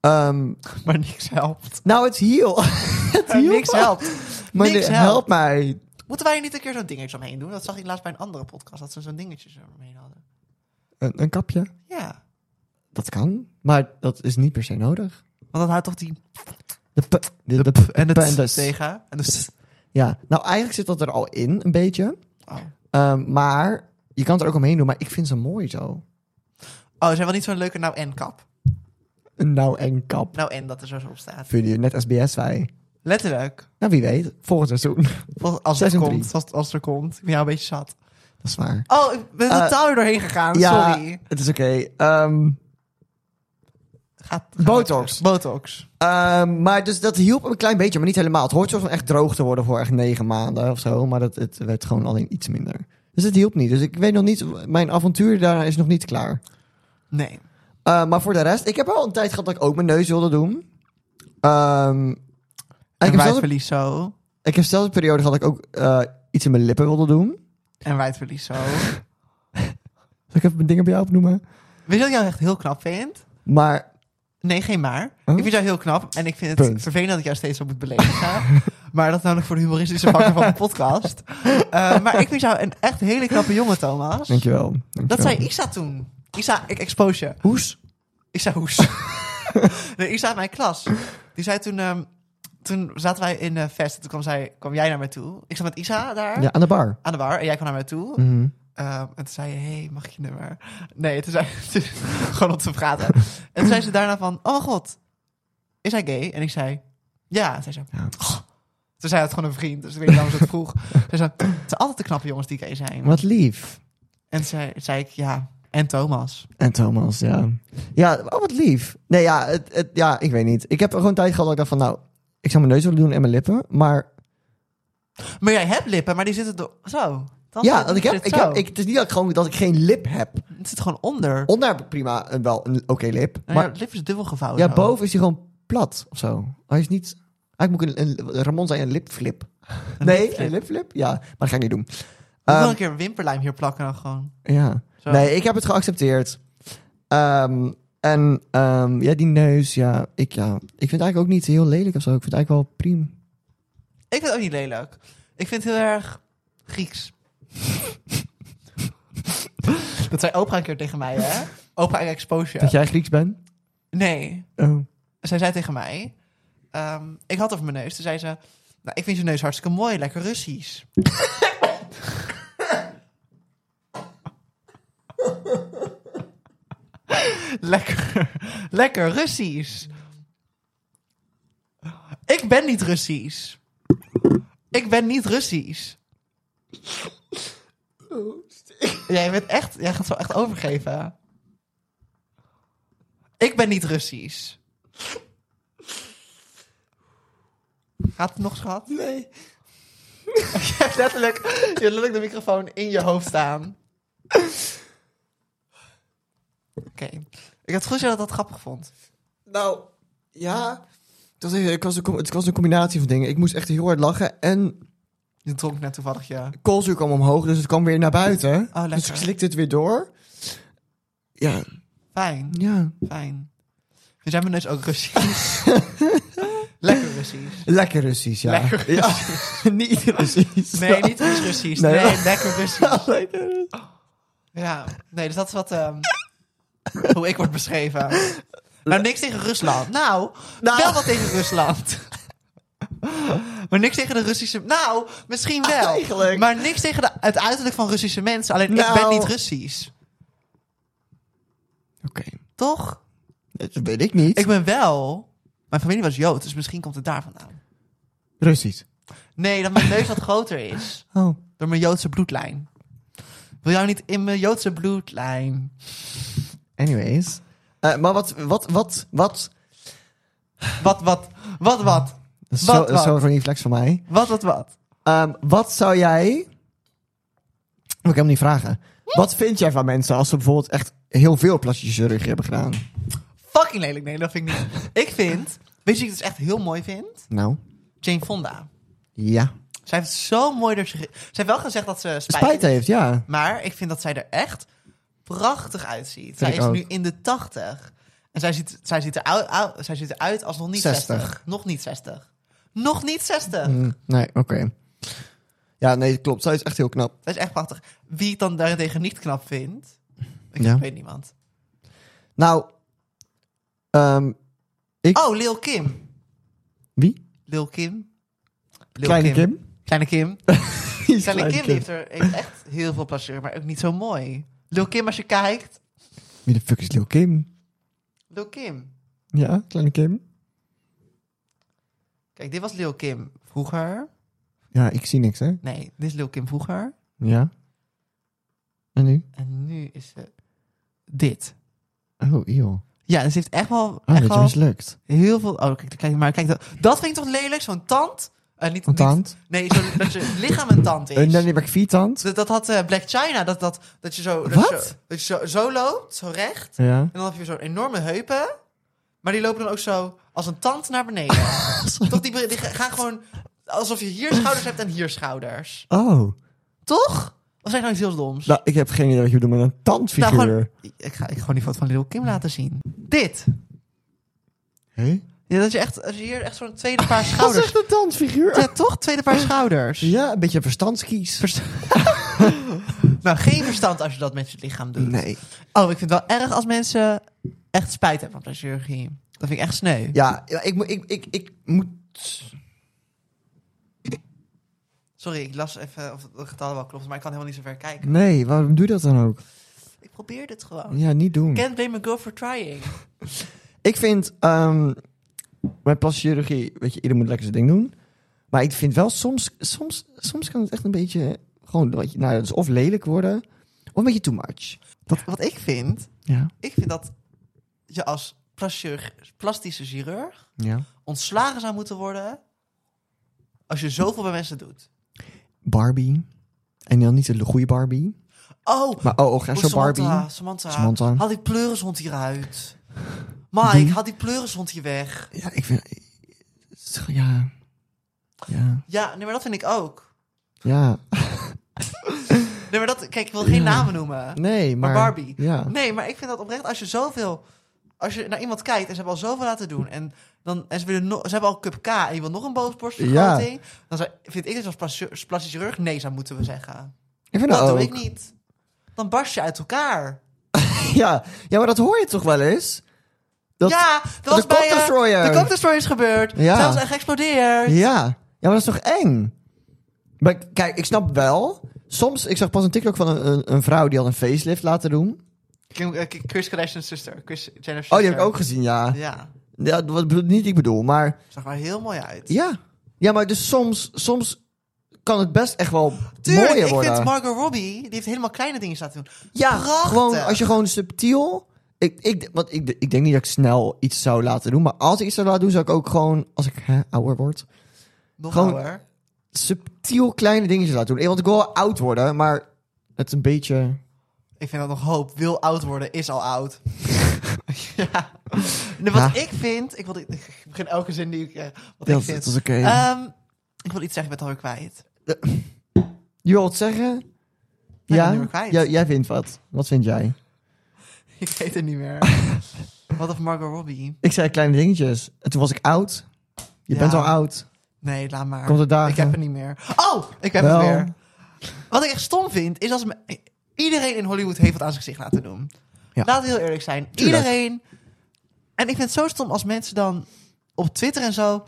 Speaker 2: Ehm,
Speaker 1: Maar niks helpt.
Speaker 2: nou, het hiel. het hiel.
Speaker 1: niks helpt.
Speaker 2: Maar
Speaker 1: Niks
Speaker 2: nee,
Speaker 1: helpt.
Speaker 2: help mij.
Speaker 1: Moeten wij er niet een keer zo'n dingetje omheen doen? Dat zag ik laatst bij een andere podcast, dat ze zo'n dingetje zo omheen hadden.
Speaker 2: Een, een kapje.
Speaker 1: Ja.
Speaker 2: Dat kan, maar dat is niet per se nodig.
Speaker 1: Want dat houdt toch die
Speaker 2: De p- de, de p-
Speaker 1: en
Speaker 2: en de
Speaker 1: het
Speaker 2: s.
Speaker 1: tegen. En dus,
Speaker 2: Ja, nou eigenlijk zit dat er al in, een beetje.
Speaker 1: oh.
Speaker 2: Ehm, maar je kan het er ook omheen doen, maar ik vind ze mooi zo.
Speaker 1: oh, zijn wel niet zo'n leuke nou en kap.
Speaker 2: Een nou en kap.
Speaker 1: Nou en dat er zo op staat.
Speaker 2: Vind je net als BS wij.
Speaker 1: Letterlijk.
Speaker 2: Nou, wie weet. Volgend seizoen.
Speaker 1: Als- Als
Speaker 2: Zes
Speaker 1: het
Speaker 2: en drie.
Speaker 1: komt, als, als er komt. Ik ben jou een beetje zat.
Speaker 2: Dat is waar.
Speaker 1: Oh, ik ben
Speaker 2: Eh,
Speaker 1: totaal er doorheen gegaan.
Speaker 2: ja,
Speaker 1: Sorry.
Speaker 2: het is oké. Ehm,
Speaker 1: Gaat,
Speaker 2: Botox.
Speaker 1: Botox.
Speaker 2: ehm, maar dus dat hielp een klein beetje, maar niet helemaal. Het hoort zo van echt droog te worden voor echt negen maanden of zo. Maar dat, het werd gewoon alleen iets minder. Dus het hielp niet. Dus ik weet nog niet, mijn avontuur daar is nog niet klaar.
Speaker 1: Nee.
Speaker 2: Eh, maar voor de rest, ik heb wel een tijd gehad dat ik ook mijn neus wilde doen. Ehm, en
Speaker 1: En
Speaker 2: ik, heb zelfs,
Speaker 1: wijdverlies zo.
Speaker 2: ik heb zelfs een periode gehad dat ik ook eh, iets in mijn lippen wilde doen.
Speaker 1: En wijdverlies zo.
Speaker 2: Zal ik even mijn dingen bij jou opnoemen?
Speaker 1: Weet je wat ik jou echt heel knap vind?
Speaker 2: Maar
Speaker 1: Nee, geen maar.
Speaker 2: Huh?
Speaker 1: Ik vind jou heel knap. En ik vind het
Speaker 2: Punt.
Speaker 1: vervelend dat ik jou steeds zo moet beledigen. maar dat is namelijk voor de humoristische vakken van de podcast. Eh, maar ik vind jou een echt hele knappe jongen, Thomas.
Speaker 2: Dankjewel.
Speaker 1: Dat
Speaker 2: dankjewel.
Speaker 1: zei Isa toen. Isa, ik expose je.
Speaker 2: Hoes?
Speaker 1: Isa Hoes. nee, Isa uit mijn klas. Die zei toen... ehm, toen zaten wij in eh Vest. Toen kwam, zij, kwam jij naar mij toe. Ik zat met Isa daar.
Speaker 2: Ja, aan de bar.
Speaker 1: Aan de bar. En jij kwam naar mij toe.
Speaker 2: Mhm.
Speaker 1: Ehm, en toen zei je, hey, mag ik je nummer? Nee, toen zei toen- gewoon om te praten. En toen zei ze daarna van, oh mijn god, is hij gay? En ik zei, ja. En zij zei,
Speaker 2: Ja.
Speaker 1: "Oh." Toen zei het gewoon een vriend, dus ik weet niet waarom ze het vroeg. Ze zei, het zijn altijd de knappe jongens die gay zijn.
Speaker 2: Wat lief.
Speaker 1: En toen zei, zei ik, ja, en Thomas.
Speaker 2: En Thomas, ja. Ja, oh, wat lief. Nee, ja, het, het, ja, ik weet niet. Ik heb gewoon tijd gehad dat ik dacht van, nou, ik zou mijn neus willen doen en mijn lippen. Maar
Speaker 1: Maar jij hebt lippen, maar die zitten door, zo. Dat
Speaker 2: ja,
Speaker 1: zit-
Speaker 2: want ik heb,
Speaker 1: zit
Speaker 2: ik
Speaker 1: zo.
Speaker 2: heb, ik, het is niet dat ik, gewoon, dat ik geen lip heb.
Speaker 1: Het zit gewoon onder.
Speaker 2: Onder heb ik prima een, wel een oké lip.
Speaker 1: Nou,
Speaker 2: Maar
Speaker 1: ja, lip is dubbel gevouwen.
Speaker 2: ja,
Speaker 1: zo.
Speaker 2: boven is hij gewoon plat of zo. Hij is niet... Eigenlijk moet ik een, een- Ramon zei een lipflip. nee,
Speaker 1: lipflip.
Speaker 2: een lipflip? Ja, maar dat ga ik niet doen.
Speaker 1: Ik wil
Speaker 2: Ehm,
Speaker 1: een keer een wimperlijm hier plakken dan gewoon.
Speaker 2: Ja.
Speaker 1: Zo.
Speaker 2: Nee, ik heb het geaccepteerd. Ehm, en ehm, ja, die neus, ja ik, ja. ik vind het eigenlijk ook niet heel lelijk of zo. Ik vind het eigenlijk wel prima.
Speaker 1: Ik vind het ook niet lelijk. Ik vind het heel erg Grieks. dat zei Oprah een keer tegen mij, hè? Oprah en Exposure.
Speaker 2: Dat jij Grieks bent?
Speaker 1: Nee,
Speaker 2: Oh.
Speaker 1: zij zei tegen mij... ehm, ik had het over mijn neus. Toen zei ze... Nou, ik vind je neus hartstikke mooi. Lekker Russisch. lekker, lekker Russisch. Ik ben niet Russisch. Ik ben niet Russisch. Jij bent echt, jij gaat zo echt overgeven. Ik ben niet Russisch. Gaat het nog, schat?
Speaker 2: Nee.
Speaker 1: Je hebt letterlijk, je hebt letterlijk de microfoon in je hoofd staan. Oké. Ik had het goed dat je dat grappig vond.
Speaker 2: Nou, ja. Dat is, het, was een, com- het was een combinatie van dingen. Ik moest echt heel hard lachen en
Speaker 1: Je dronk net toevallig je...
Speaker 2: koolzuur kwam omhoog, dus het kwam weer naar buiten.
Speaker 1: Oh, lekker.
Speaker 2: dus ik slikte het weer door. Ja,
Speaker 1: Fijn,
Speaker 2: ja.
Speaker 1: fijn. Dus jij mijn neus ook Russisch. Lekker Russisch.
Speaker 2: Lekker Russisch, ja.
Speaker 1: Lekker
Speaker 2: Ja, niet Russisch.
Speaker 1: Nee, niet iets Russisch.
Speaker 2: Nee.
Speaker 1: Nee, lekker Russisch.
Speaker 2: Lekker Russisch.
Speaker 1: Ja, nee, dus dat is wat... ehm, hoe ik word beschreven. Nou, niks tegen Rusland. Nou,
Speaker 2: Nou.
Speaker 1: wel wat tegen Rusland. Maar niks tegen de Russische... Nou, misschien wel.
Speaker 2: Eigenlijk.
Speaker 1: Maar niks tegen de, het uiterlijk van Russische mensen. Alleen,
Speaker 2: Nou.
Speaker 1: ik ben niet Russisch. Toch?
Speaker 2: Dat weet ik niet.
Speaker 1: Ik ben wel... Mijn familie was Jood, dus misschien komt het daar vandaan.
Speaker 2: Russisch.
Speaker 1: Nee, dat mijn neus wat groter is.
Speaker 2: Oh.
Speaker 1: Door mijn Joodse bloedlijn. Wil jou niet in mijn Joodse bloedlijn?
Speaker 2: Anyways. Eh, maar wat, wat, wat, wat?
Speaker 1: Wat, wat, wat, wat?
Speaker 2: Dat is
Speaker 1: Wat,
Speaker 2: zo- dat is
Speaker 1: wat?
Speaker 2: zo'n reflex van mij.
Speaker 1: Wat, wat, wat?
Speaker 2: Ehm, wat zou jij... Moet ik hem niet vragen. Wat vind jij van mensen als ze bijvoorbeeld echt heel veel plastische chirurgie hebben gedaan?
Speaker 1: Fucking lelijk. Nee, dat vind ik niet. Ik vind... Weet je wie ik dus echt heel mooi vind?
Speaker 2: Nou,
Speaker 1: Jane Fonda.
Speaker 2: ja.
Speaker 1: Zij heeft zo mooi door zich... Zij heeft wel gezegd dat ze spijt,
Speaker 2: Spijt heeft, ja.
Speaker 1: Maar ik vind dat zij er echt prachtig uitziet.
Speaker 2: Vind
Speaker 1: Zij
Speaker 2: ik
Speaker 1: is
Speaker 2: ook.
Speaker 1: nu in de 80. En zij ziet, zij, ziet er ou- ou- zij ziet eruit als nog niet
Speaker 2: 60.
Speaker 1: 60. Nog niet 60. Nog niet 60.
Speaker 2: Hm, nee, oké. Ja, nee, klopt. Zij is echt heel knap.
Speaker 1: Dat is echt prachtig. Wie ik dan daarentegen niet knap vind... Ik
Speaker 2: Ja.
Speaker 1: weet niemand.
Speaker 2: Nou, ehm,
Speaker 1: Oh, Lil Kim.
Speaker 2: wie?
Speaker 1: Lil Kim. Lil
Speaker 2: Kleine Kim.
Speaker 1: Kleine Kim.
Speaker 2: Wie is
Speaker 1: Kleine Kim
Speaker 2: Kleine
Speaker 1: die heeft er heeft echt heel veel plezier, maar ook niet zo mooi. Lil Kim, als je kijkt.
Speaker 2: Wie de fuck is Lil Kim?
Speaker 1: Lil Kim.
Speaker 2: Ja, Kleine Kim.
Speaker 1: Kijk, dit was Lil Kim vroeger.
Speaker 2: Ja, ik zie niks, hè?
Speaker 1: Nee, dit is Lil Kim vroeger.
Speaker 2: Ja. En nu?
Speaker 1: En nu is ze dit.
Speaker 2: Oh, joh.
Speaker 1: Ja, dus ze heeft echt wel,
Speaker 2: Ah,
Speaker 1: echt
Speaker 2: dat je
Speaker 1: wel
Speaker 2: mislukt.
Speaker 1: heel veel... Oh, kijk, kijk maar. Kijk, dat, dat vind ik toch lelijk? Zo'n tand? Eh, niet,
Speaker 2: Een
Speaker 1: niet-
Speaker 2: tand? Eh,
Speaker 1: nee, zo, dat je lichaam een tand is.
Speaker 2: Een Danny McVie tand?
Speaker 1: dat, dat had eh, Black China. Dat, dat, dat je, zo, dat,
Speaker 2: Wat?
Speaker 1: je zo, dat je zo, zo loopt, zo recht.
Speaker 2: Ja.
Speaker 1: En dan heb je zo'n enorme heupen. Maar die lopen dan ook zo als een tand naar beneden. Toch, die, be- die ga- gaan gewoon alsof je hier schouders hebt en hier schouders.
Speaker 2: Oh.
Speaker 1: Toch? Of zeg ik nou iets heel doms?
Speaker 2: Nou, ik heb geen idee wat je bedoelt met een tandfiguur.
Speaker 1: Nou, gewoon, ik ga ik ga gewoon die foto van Lil Kim laten zien. Dit.
Speaker 2: Hé?
Speaker 1: Ja, dat je echt, als je hier echt zo'n tweede paar
Speaker 2: Dat is
Speaker 1: schouders...
Speaker 2: echt een tandfiguur.
Speaker 1: Ja, toch? Tweede paar schouders.
Speaker 2: Ja, een beetje verstandskies.
Speaker 1: Nou, geen verstand als je dat met je lichaam doet.
Speaker 2: nee.
Speaker 1: Oh, ik vind het wel erg als mensen echt spijt hebben van de chirurgie. Dat vind ik echt sneu.
Speaker 2: Ja, ja, ik, moet- ik, ik, ik moet...
Speaker 1: Sorry, ik las even of de getallen wel klopt, maar ik kan helemaal niet zo ver kijken.
Speaker 2: Nee, waarom doe je dat dan ook?
Speaker 1: Ik probeer dit gewoon.
Speaker 2: Ja, niet doen.
Speaker 1: Can't blame a girl for trying.
Speaker 2: Ik vind... ehm met plastische chirurgie, weet je, ieder moet lekker zijn ding doen. Maar ik vind wel soms... Soms, soms kan het echt een beetje... Gewoon, wat je- nou, ja, dus of lelijk worden... Of een beetje too much.
Speaker 1: Wat, wat ik vind,
Speaker 2: Ja.
Speaker 1: ik vind dat je als plaschirurg- plastische chirurg
Speaker 2: Ja.
Speaker 1: ontslagen zou moeten worden als je zoveel bij mensen doet.
Speaker 2: Barbie. En dan niet de goede Barbie.
Speaker 1: Oh,
Speaker 2: Maar oh, oh graag
Speaker 1: Oh,
Speaker 2: zo'n
Speaker 1: Samantha,
Speaker 2: Barbie.
Speaker 1: Samantha,
Speaker 2: Samantha.
Speaker 1: haal die pleurenshond hieruit. Mike, haal die pleurenshond hier weg.
Speaker 2: Ja, ik vind... Ja... Ja...
Speaker 1: Ja, nee, maar dat vind ik ook.
Speaker 2: Ja,
Speaker 1: Nee, maar dat, kijk, ik wil geen namen noemen.
Speaker 2: nee, maar...
Speaker 1: maar Barbie.
Speaker 2: Ja.
Speaker 1: Nee, maar ik vind dat oprecht, als je zoveel... Als je naar iemand kijkt en ze hebben al zoveel laten doen... en, dan, en ze, willen no- ze hebben al cup K en je wil nog een bovenborstvergroting... dan zou, vind ik dus als plas- plastisch chirurg nee zou moeten we zeggen.
Speaker 2: Ik vind
Speaker 1: Dat
Speaker 2: dat Nou, ook.
Speaker 1: doe ik niet. Dan barst je uit elkaar.
Speaker 2: Ja. ja, maar dat hoor je toch wel eens? Dat...
Speaker 1: ja,
Speaker 2: de
Speaker 1: dat was bij... eh,
Speaker 2: Cocktailstroyer.
Speaker 1: De Cocktailstroyer is gebeurd.
Speaker 2: Ja.
Speaker 1: Ja. Zelfs echt geëxplodeerd.
Speaker 2: Ja. Ja, maar dat is toch eng? Maar k- kijk, ik snap wel... Soms, ik zag pas een TikTok van een, een, een vrouw die had een facelift laten doen.
Speaker 1: Kim, eh, Ki- Chris Kardashian's zuster. Chris Jenner's
Speaker 2: Oh, die
Speaker 1: zuster.
Speaker 2: heb ik ook gezien, ja.
Speaker 1: Ja,
Speaker 2: ja wat, bedoel- niet ik bedoel, maar...
Speaker 1: zag er heel mooi uit.
Speaker 2: Ja. Ja, maar dus soms, soms kan het best echt wel
Speaker 1: Tuurlijk,
Speaker 2: mooier
Speaker 1: ik
Speaker 2: worden.
Speaker 1: vind Margot Robbie, die heeft helemaal kleine dingen laten doen.
Speaker 2: Ja,
Speaker 1: Prachtig.
Speaker 2: gewoon als je gewoon subtiel. Ik, ik, want ik, ik denk niet dat ik snel iets zou laten doen. Maar als ik iets zou laten doen, zou ik ook gewoon, als ik hè, ouder word,
Speaker 1: Nog
Speaker 2: gewoon-
Speaker 1: ouder.
Speaker 2: subtiel kleine dingetjes laten doen. Eh, Want ik wil wel oud worden, maar het een beetje.
Speaker 1: Ik vind dat nog hoop. Wil oud worden, is al oud. ja. Nee, wat
Speaker 2: Ja.
Speaker 1: ik vind... Ik, wil, ik begin elke zin die ik... eh,
Speaker 2: Dat
Speaker 1: wat ik
Speaker 2: is-
Speaker 1: vind.
Speaker 2: dat is oké.
Speaker 1: Ehm, ik wil iets zeggen, ik ben het alweer kwijt.
Speaker 2: Je wilt wat zeggen?
Speaker 1: ben het
Speaker 2: Ja?
Speaker 1: weer kwijt.
Speaker 2: ja? Jij vindt wat. Wat vind jij?
Speaker 1: Ik weet het niet meer. wat of Margot Robbie?
Speaker 2: Ik zei kleine dingetjes. En toen was ik oud. Je
Speaker 1: Ja.
Speaker 2: bent al oud.
Speaker 1: Nee, laat maar.
Speaker 2: Komt er dagen?
Speaker 1: Ik heb het niet meer. Oh, ik heb
Speaker 2: Wel.
Speaker 1: het weer. Wat ik echt stom vind, is als me- iedereen in Hollywood heeft wat aan zijn gezicht laten doen.
Speaker 2: Ja.
Speaker 1: Laten we heel eerlijk zijn.
Speaker 2: Tuurlijk.
Speaker 1: Iedereen. En ik vind het zo stom als mensen dan op Twitter en zo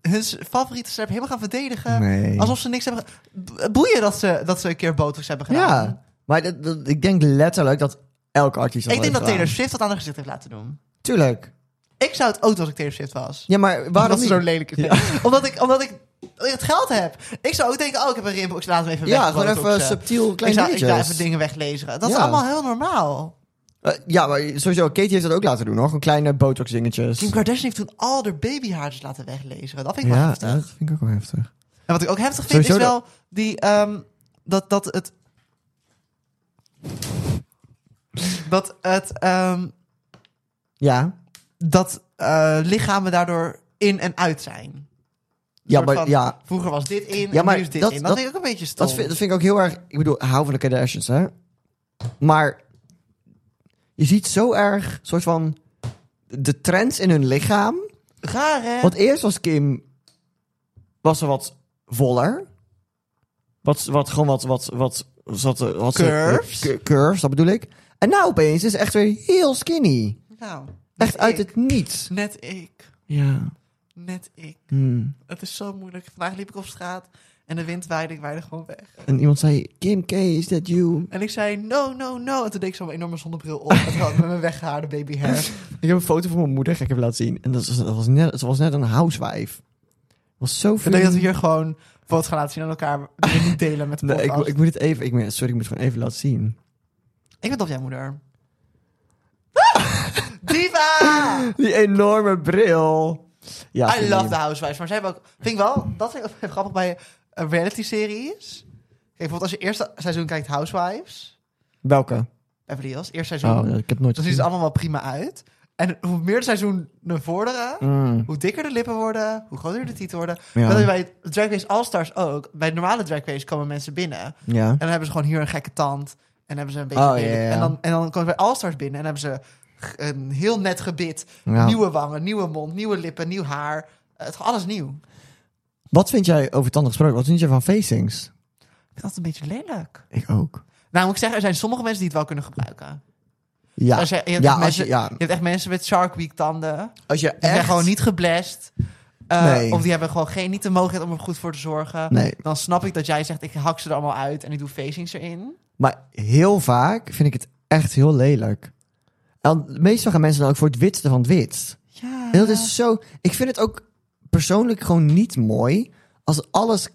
Speaker 1: hun s- favoriete slap helemaal gaan verdedigen.
Speaker 2: Nee.
Speaker 1: Alsof ze niks hebben. eh, ge- B- Boeien dat ze, dat ze een keer botox hebben gedaan.
Speaker 2: Ja. Maar dat, dat- ik denk letterlijk dat elke artiest
Speaker 1: Ik denk
Speaker 2: heeft
Speaker 1: dat Taylor
Speaker 2: gedaan.
Speaker 1: Swift dat aan haar gezicht heeft laten doen.
Speaker 2: Tuurlijk.
Speaker 1: Ik zou het ook als ik Taylor Swift was.
Speaker 2: Ja, maar waarom
Speaker 1: Omdat ze
Speaker 2: niet?
Speaker 1: zo lelijk is. Omdat, ik, omdat ik het geld heb. Ik zou ook denken, oh, ik heb een rimpel, ik laat hem even weg.
Speaker 2: Ja, gewoon even
Speaker 1: botoxen.
Speaker 2: subtiel klein
Speaker 1: eh. ik zou, ik
Speaker 2: dingetjes.
Speaker 1: zou even dingen weglezen. Dat is
Speaker 2: Ja.
Speaker 1: allemaal heel normaal.
Speaker 2: Eh, ja, maar sowieso, Katie heeft dat ook laten doen, hoor. Gewoon kleine botox dingetjes.
Speaker 1: Kim Kardashian heeft toen al haar babyhaartjes laten weglezen. Dat vind ik wel heftig.
Speaker 2: dat vind ik ook wel heftig.
Speaker 1: En wat ik ook heftig vind is
Speaker 2: Sowieso
Speaker 1: wel die, ehm, dat, dat het... Dat het... ehm,
Speaker 2: Ja,
Speaker 1: dat eh, lichamen daardoor in en uit zijn. Een
Speaker 2: ja
Speaker 1: soort
Speaker 2: maar
Speaker 1: van,
Speaker 2: ja,
Speaker 1: Vroeger was dit in,
Speaker 2: Ja,
Speaker 1: en
Speaker 2: maar
Speaker 1: nu is dit
Speaker 2: dat-
Speaker 1: in. Dat,
Speaker 2: dat-
Speaker 1: vind ik ook een beetje stom.
Speaker 2: dat vind, dat vind ik ook heel erg... Ik bedoel, ik hou van de Kardashians, hè. Maar je ziet zo erg, soort van, de trends in hun lichaam.
Speaker 1: Raar, hè?
Speaker 2: Want eerst was Kim... Was ze wat voller. Wat, wat gewoon wat... wat, wat zat, er- had ze-
Speaker 1: Curves.
Speaker 2: Cu- curves, dat bedoel ik. En nou opeens is ze echt weer heel skinny.
Speaker 1: Nou, net
Speaker 2: Echt uit
Speaker 1: ik.
Speaker 2: het niets.
Speaker 1: Net ik.
Speaker 2: Ja.
Speaker 1: Net ik.
Speaker 2: Hmm.
Speaker 1: Het is zo moeilijk. Vandaag liep ik op straat en de wind waaide, ik waaide gewoon weg.
Speaker 2: En iemand zei, Kim K, is that you?
Speaker 1: En ik zei, no, no, no. En toen deed ik zo'n enorme zonnebril op. En toen had ik met mijn weggehaarde baby hair.
Speaker 2: Ik heb een foto van mijn moeder, ga ik even laten zien. En dat was, dat was, net, ze was net een housewife. Was zo
Speaker 1: Ik
Speaker 2: veel.
Speaker 1: denk dat we hier gewoon foto's gaan laten zien aan elkaar. Die we niet delen met de
Speaker 2: Nee, ik,
Speaker 1: podcast.
Speaker 2: ik moet het even, ik, moet- sorry, ik moet het gewoon even laten zien.
Speaker 1: Ik ben op jij moeder. Ah! Diva!
Speaker 2: Die enorme bril. Ja,
Speaker 1: I love the Housewives. Maar ze hebben ook... Vind ik wel... Dat vind ik ook heel grappig bij eh, reality-series. Kijk, bijvoorbeeld als je eerste seizoen kijkt Housewives.
Speaker 2: Welke?
Speaker 1: Beverly Hills, eerste seizoen.
Speaker 2: Oh, ik heb nooit
Speaker 1: dan ziet het allemaal wel prima uit. En hoe meer de seizoenen vorderen...
Speaker 2: Mm,
Speaker 1: Hoe dikker de lippen worden, hoe groter de tieten worden.
Speaker 2: Ja.
Speaker 1: Dat is bij Drag Race All Stars ook. Bij normale Drag Race komen mensen binnen. En
Speaker 2: ja.
Speaker 1: dan hebben ze gewoon hier een gekke tand. En hebben ze een beetje...
Speaker 2: Oh,
Speaker 1: lelijk.
Speaker 2: ja, ja, ja.
Speaker 1: En, dan, en dan komen ze bij All Stars binnen en hebben ze g- een heel net gebit.
Speaker 2: Ja.
Speaker 1: Nieuwe wangen, nieuwe mond, nieuwe lippen, nieuw haar. Het, alles nieuw.
Speaker 2: Wat vind jij, over tanden gesproken, wat vind jij van facings?
Speaker 1: Ik vind dat een beetje lelijk.
Speaker 2: Ik ook.
Speaker 1: Nou, moet ik zeggen, er zijn sommige mensen die het wel kunnen gebruiken.
Speaker 2: Ja,
Speaker 1: Als je, je hebt
Speaker 2: ja, als
Speaker 1: echt mensen,
Speaker 2: je, ja.
Speaker 1: je hebt echt mensen met Shark Week tanden.
Speaker 2: Als je
Speaker 1: Die zijn
Speaker 2: echt...
Speaker 1: gewoon niet geblest. Eh,
Speaker 2: Nee.
Speaker 1: Of die hebben gewoon geen, niet de mogelijkheid om er goed voor te zorgen.
Speaker 2: Nee.
Speaker 1: Dan snap ik dat jij zegt, ik hak ze er allemaal uit en ik doe facings erin.
Speaker 2: Maar heel vaak vind ik het echt heel lelijk. En meestal gaan mensen dan ook voor het witste van het witst.
Speaker 1: Ja.
Speaker 2: En dat is zo... Ik vind het ook persoonlijk gewoon niet mooi... als alles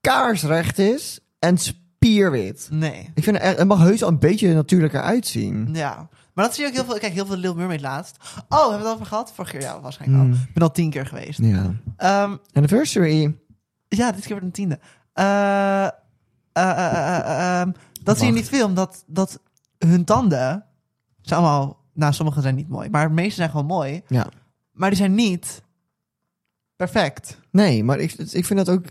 Speaker 2: kaarsrecht is en spierwit.
Speaker 1: Nee.
Speaker 2: Ik vind het, echt, het mag heus wel een beetje natuurlijker uitzien.
Speaker 1: Ja. Maar dat zie je ook heel veel. Kijk, heel veel Lil Mermaid laatst. Oh, hebben we het al over gehad? Vorig jaar ja, waarschijnlijk al. Ik ben al tien keer geweest.
Speaker 2: Mm. Ja.
Speaker 1: Ehm,
Speaker 2: Anniversary.
Speaker 1: Ja, dit keer wordt een tiende. Eh, eh, eh, eh, eh, ehm, dat zie je niet veel, omdat dat hun tanden zijn allemaal... Nou, sommige zijn niet mooi, maar de meeste zijn gewoon mooi.
Speaker 2: Ja.
Speaker 1: Maar die zijn niet perfect.
Speaker 2: Nee, maar ik, ik vind dat ook...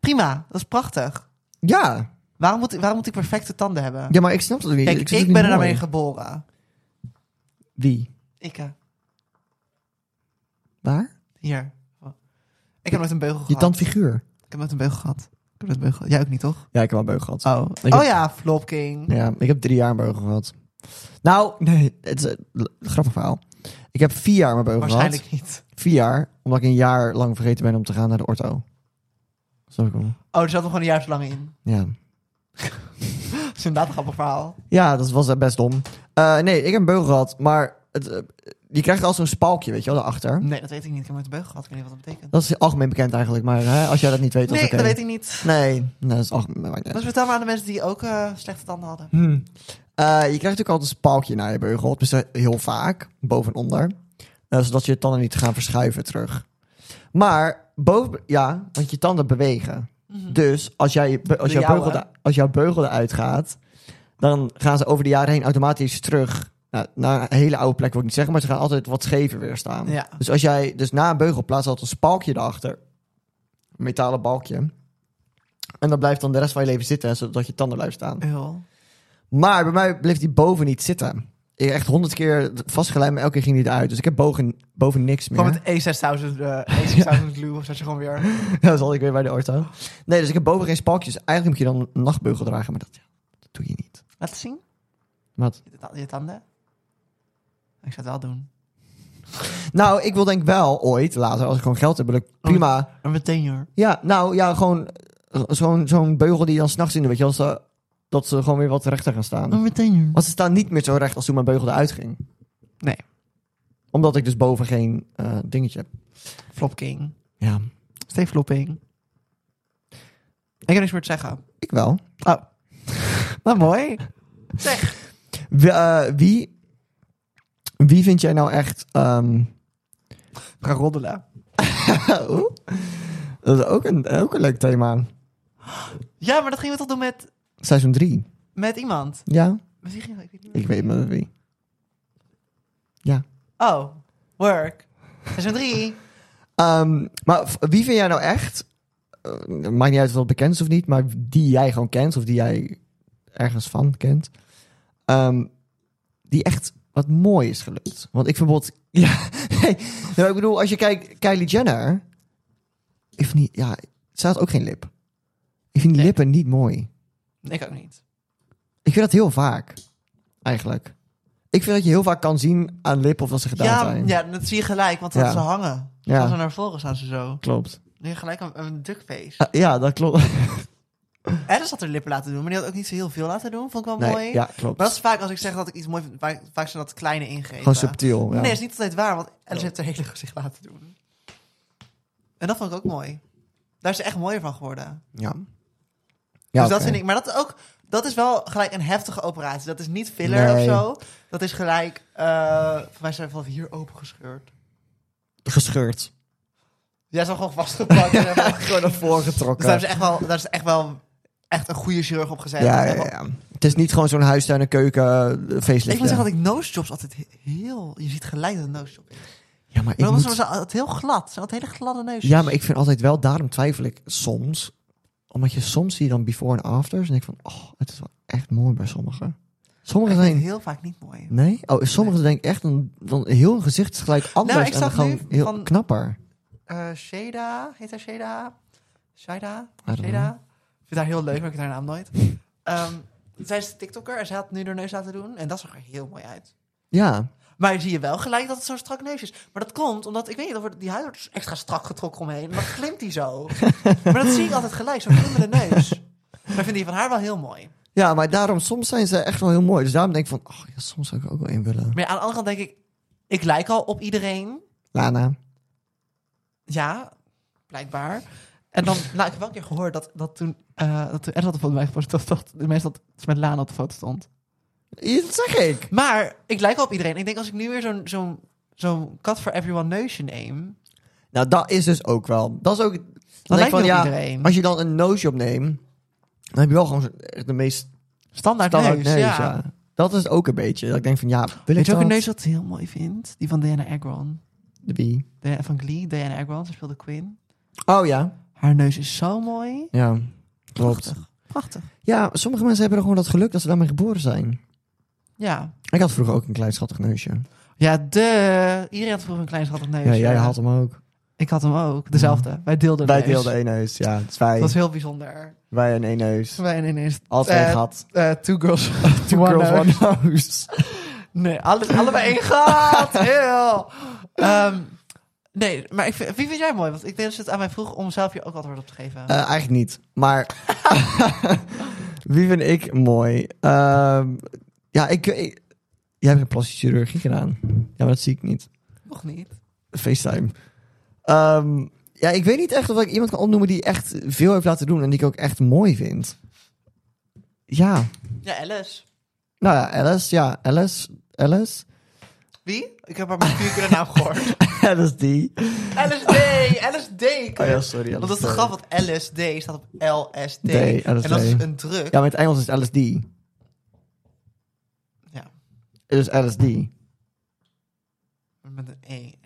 Speaker 1: Prima, dat is prachtig.
Speaker 2: Ja.
Speaker 1: Waarom moet, waarom moet ik perfecte tanden hebben?
Speaker 2: Ja, maar ik snap dat niet.
Speaker 1: Kijk,
Speaker 2: ik,
Speaker 1: ik,
Speaker 2: vind het
Speaker 1: ben
Speaker 2: niet
Speaker 1: er
Speaker 2: mooi.
Speaker 1: daarmee geboren.
Speaker 2: Wie?
Speaker 1: Ik, eh,
Speaker 2: Waar?
Speaker 1: hier. Ik heb nooit een beugel gehad.
Speaker 2: Je tandfiguur.
Speaker 1: Ik heb nooit een beugel gehad. Ik heb nooit een beugel gehad. Jij ook niet, toch?
Speaker 2: Ja, ik heb wel een beugel gehad.
Speaker 1: Oh,
Speaker 2: Ik
Speaker 1: oh
Speaker 2: heb-
Speaker 1: ja, Flopking.
Speaker 2: Ja, ik heb drie jaar een beugel gehad. Nou, nee, het is een l- grappig verhaal. Ik heb vier jaar mijn beugel gehad.
Speaker 1: Waarschijnlijk niet.
Speaker 2: Vier jaar, omdat ik een jaar lang vergeten ben om te gaan naar de ortho. Snap ik wel.
Speaker 1: Oh, er zat nog gewoon een jaar te lang in.
Speaker 2: Ja.
Speaker 1: Dat is inderdaad een grappig verhaal.
Speaker 2: ja, dat was eh, best dom. Eh, nee, ik heb een beugel gehad, maar het, eh, je krijgt al zo'n spalkje, weet je wel, daarachter.
Speaker 1: Nee, dat weet ik niet. Ik heb nooit een beugel gehad. Ik weet niet wat dat betekent.
Speaker 2: Dat is algemeen bekend eigenlijk, maar hè, als jij dat niet weet, dan
Speaker 1: nee,
Speaker 2: is oké.
Speaker 1: dat weet ik niet.
Speaker 2: Nee, nee, dat is algemeen. maakt niet uit.
Speaker 1: Dus vertel maar aan de mensen die ook eh, slechte tanden hadden.
Speaker 2: Hmm. Eh, je krijgt ook altijd een spalkje naar je beugel. Dus heel vaak, boven en onder. Eh, zodat je tanden niet gaan verschuiven terug. Maar, boven, ja, want je tanden bewegen. Dus als, jij, je be- als,
Speaker 1: Mhm. De
Speaker 2: jouw beugel,
Speaker 1: jouwe.
Speaker 2: er- als jouw beugel eruit gaat... dan gaan ze over de jaren heen automatisch terug... Nou, naar een hele oude plek wil ik niet zeggen... maar ze gaan altijd wat schever weer staan.
Speaker 1: Ja.
Speaker 2: Dus als jij dus na een beugel plaatst altijd een spalkje erachter... een metalen balkje... en dat blijft dan de rest van je leven zitten... zodat je tanden blijven staan.
Speaker 1: Heel.
Speaker 2: Maar bij mij bleef die boven niet zitten. Ik heb echt honderd keer vastgelijmd, maar elke keer ging die eruit. Dus ik heb boven, boven niks meer.
Speaker 1: Gewoon met E6000 eh, E6000 glue of zat je gewoon weer...
Speaker 2: Dat was al ik weer bij de ortho. Nee, dus ik heb boven geen spalkjes. Eigenlijk moet je dan een nachtbeugel dragen, maar dat, ja, dat doe je niet.
Speaker 1: Laat eens zien.
Speaker 2: Wat?
Speaker 1: Je, ta- je tanden. Ik zou het wel doen.
Speaker 2: Nou, ik wil denk wel ooit, later, als ik gewoon geld heb, wil ik prima...
Speaker 1: Maar meteen hoor.
Speaker 2: Ja, nou ja, gewoon eh, zo'n zo'n beugel die je dan s'nachts in doet, weet je wel. Als, eh, dat ze gewoon weer wat rechter gaan staan.
Speaker 1: Maar meteen.
Speaker 2: Want ze staan niet meer zo recht als toen mijn beugel eruit ging.
Speaker 1: Nee.
Speaker 2: Omdat ik dus boven geen eh, dingetje heb.
Speaker 1: Flop King.
Speaker 2: Ja.
Speaker 1: Steve Flopping. Ik heb niks meer te zeggen.
Speaker 2: Ik wel.
Speaker 1: Oh. Wat mooi. Zeg.
Speaker 2: Wie, eh, wie, wie vind jij nou echt... ehm,
Speaker 1: Ga roddelen.
Speaker 2: Oeh. dat is ook een, ook een leuk thema.
Speaker 1: Ja, maar dat gingen we toch doen met,
Speaker 2: Seizoen 3.
Speaker 1: met iemand?
Speaker 2: Ja,
Speaker 1: Misschien gingen we- ik weet niet meer.
Speaker 2: ik weet maar wie.
Speaker 1: Oh, work. Seizoen 3.
Speaker 2: Ehm, maar v- wie vind jij nou echt... eh, maakt niet uit of dat bekend is of niet, maar die jij gewoon kent of die jij ergens van kent. ehm, die echt wat mooi is gelukt. Want ik verbod. Ja, nee, nou, ik bedoel, als je kijkt, Kylie Jenner. Ik vind niet, ja, ze had ook geen lip. Ik vind die
Speaker 1: Nee.
Speaker 2: lippen niet mooi.
Speaker 1: Ik ook niet.
Speaker 2: Ik vind dat heel vaak, eigenlijk. Ik vind dat je heel vaak kan zien aan lippen of wat ze gedaan
Speaker 1: Ja,
Speaker 2: zijn.
Speaker 1: ja, dat zie je gelijk, want dan
Speaker 2: Ja.
Speaker 1: ze hangen.
Speaker 2: Ja.
Speaker 1: Als ze naar voren staan ze zo.
Speaker 2: klopt.
Speaker 1: Dan heb je gelijk een, een duckface.
Speaker 2: Ah, ja, dat klopt.
Speaker 1: Alice had haar lippen laten doen, maar die had ook niet zo heel veel laten doen. Vond ik wel
Speaker 2: Nee,
Speaker 1: mooi.
Speaker 2: ja, klopt.
Speaker 1: Maar dat is vaak als ik zeg dat ik iets mooi vind, vaak, vaak ze dat kleine ingeven.
Speaker 2: Gewoon subtiel. Ja. Oh.
Speaker 1: Nee, dat is niet altijd waar, want Alice heeft haar hele gezicht laten doen. En dat vond ik ook mooi. Daar is ze echt mooier van geworden.
Speaker 2: ja.
Speaker 1: dus
Speaker 2: Ja,
Speaker 1: dat
Speaker 2: oké.
Speaker 1: vind ik. Maar dat is ook. Dat is wel gelijk een heftige operatie. Dat is niet
Speaker 2: Nee.
Speaker 1: filler of zo. Dat is gelijk. eh voor mij zijn vanaf hier opengescheurd.
Speaker 2: Gescheurd.
Speaker 1: Jij is wel gewoon vastgepakt. en helemaal-
Speaker 2: Gewoon naar voren
Speaker 1: dus daar
Speaker 2: getrokken.
Speaker 1: is echt wel, daar is echt wel echt een goede chirurg op gezet. Dus Dat
Speaker 2: Ja,
Speaker 1: is
Speaker 2: ja,
Speaker 1: echt wel-
Speaker 2: ja. Het is niet gewoon zo'n huistuin en keuken eh, facelift.
Speaker 1: Ik moet zeggen dat ik nose jobs altijd he- heel. Je ziet gelijk dat het nose job is.
Speaker 2: Ja, maar ik
Speaker 1: Maar dan
Speaker 2: moet-
Speaker 1: zijn ze altijd heel glad. Ze hadden hele gladde neusjes.
Speaker 2: ja, maar ik vind altijd wel, daarom twijfel ik soms. Omdat je soms zie je dan before en afters. En ik van, oh, het is wel echt mooi bij sommigen. Sommigen
Speaker 1: ik vind
Speaker 2: zijn
Speaker 1: het heel vaak niet mooi.
Speaker 2: Nee? Oh, sommigen denken echt een, dan heel een gezicht is gelijk anders
Speaker 1: Nou, ik
Speaker 2: en
Speaker 1: zag
Speaker 2: gewoon
Speaker 1: nu
Speaker 2: heel
Speaker 1: van-
Speaker 2: knapper.
Speaker 1: Eh Sheda, heet zij Sheda? Sheda?
Speaker 2: don't
Speaker 1: Sheda? Ik vind haar heel leuk, maar ik weet haar naam nooit. Ehm, zij is TikToker en zij had nu haar neus laten doen. En dat zag er heel mooi uit.
Speaker 2: Ja.
Speaker 1: Maar zie je wel gelijk dat het zo'n strak neus is. Maar dat komt omdat, ik weet niet, of er- die huid wordt extra strak getrokken omheen. En dan glimt die zo. maar dat zie ik altijd gelijk, zo'n glimmende neus. Maar ik vind die van haar wel heel mooi.
Speaker 2: Ja, maar daarom, soms zijn ze echt wel heel mooi. Dus daarom denk ik van, oh ja, soms zou ik ook wel een willen.
Speaker 1: Maar ja, aan de andere kant denk ik, ik lijk al op iedereen.
Speaker 2: Lana.
Speaker 1: Ja, blijkbaar. En dan, nou, ik heb wel een keer gehoord dat, dat toen, eh dat toen Ed had een foto bij mij gepost, dat, dat de mensen dat het met Lana op de foto stond.
Speaker 2: Ja, Dat zeg ik.
Speaker 1: Maar ik lijk wel op iedereen. Ik denk als ik nu weer zo'n zo'n zo'n cut for everyone neusje neem,
Speaker 2: Nou, dat is dus ook wel. Dat is ook... Dan
Speaker 1: dan
Speaker 2: denk
Speaker 1: lijk
Speaker 2: ik
Speaker 1: ik
Speaker 2: van,
Speaker 1: op
Speaker 2: ja,
Speaker 1: iedereen.
Speaker 2: als je dan een nose job neemt, dan heb je wel gewoon zo- echt de meest
Speaker 1: Standaard,
Speaker 2: standaard
Speaker 1: neus,
Speaker 2: neus,
Speaker 1: ja.
Speaker 2: ja. Dat is ook een beetje, dat ik denk van, ja, wil
Speaker 1: Weet
Speaker 2: ik
Speaker 1: je ook
Speaker 2: dat?
Speaker 1: een neus wat ik heel mooi vind? Die van Diana Agron.
Speaker 2: De wie?
Speaker 1: Diana- van Glee, Diana Agron, ze speelde Quinn.
Speaker 2: Oh ja.
Speaker 1: Haar neus is zo mooi.
Speaker 2: Ja, klopt.
Speaker 1: Prachtig. Prachtig.
Speaker 2: Ja, sommige mensen hebben er gewoon dat geluk dat ze daarmee geboren zijn.
Speaker 1: Ja.
Speaker 2: Ik had vroeger ook een klein schattig neusje.
Speaker 1: Ja, de... Iedereen had vroeger een klein schattig neusje.
Speaker 2: Ja, jij had hem ook.
Speaker 1: Ik had hem ook. Dezelfde. Wij deelden een
Speaker 2: Wij
Speaker 1: neus.
Speaker 2: deelden één neus, ja. Het is wij,
Speaker 1: Dat was heel bijzonder.
Speaker 2: wij en één neus.
Speaker 1: Wij ineens.
Speaker 2: Alle twee
Speaker 1: eh,
Speaker 2: gehad.
Speaker 1: eh, two girls.
Speaker 2: Two
Speaker 1: one
Speaker 2: girls,
Speaker 1: nose.
Speaker 2: one nose.
Speaker 1: Nee, alle, allebei één gat. Eeuw. Ehm, nee, maar ik vind, wie vind jij mooi? Want ik denk dat ze het aan mij vroeg om zelf hier ook antwoord op te geven.
Speaker 2: Eh, eigenlijk niet, maar... Wie vind ik mooi? Ehm, ja, ik, ik- Jij hebt een plastische chirurgie gedaan. Ja, maar dat zie ik niet.
Speaker 1: Nog niet.
Speaker 2: FaceTime. Ehm, ja, ik weet niet echt of ik iemand kan opnoemen die echt veel heeft laten doen en die ik ook echt mooi vind. Ja,
Speaker 1: Ja, Alice.
Speaker 2: nou ja, Alice, ja, Alice, Alice,
Speaker 1: Wie? Ik heb haar maar vier keer de naam gehoord.
Speaker 2: Alice die.
Speaker 1: Alice D. Alice D.
Speaker 2: Oh ja, sorry.
Speaker 1: Want dat is de
Speaker 2: Alice D.
Speaker 1: grap, want LSD staat op LSD.
Speaker 2: D,
Speaker 1: en dat is
Speaker 2: LSD.
Speaker 1: een druk.
Speaker 2: Ja, maar in het Engels is het LSD.
Speaker 1: Ja.
Speaker 2: Het is LSD.
Speaker 1: Met een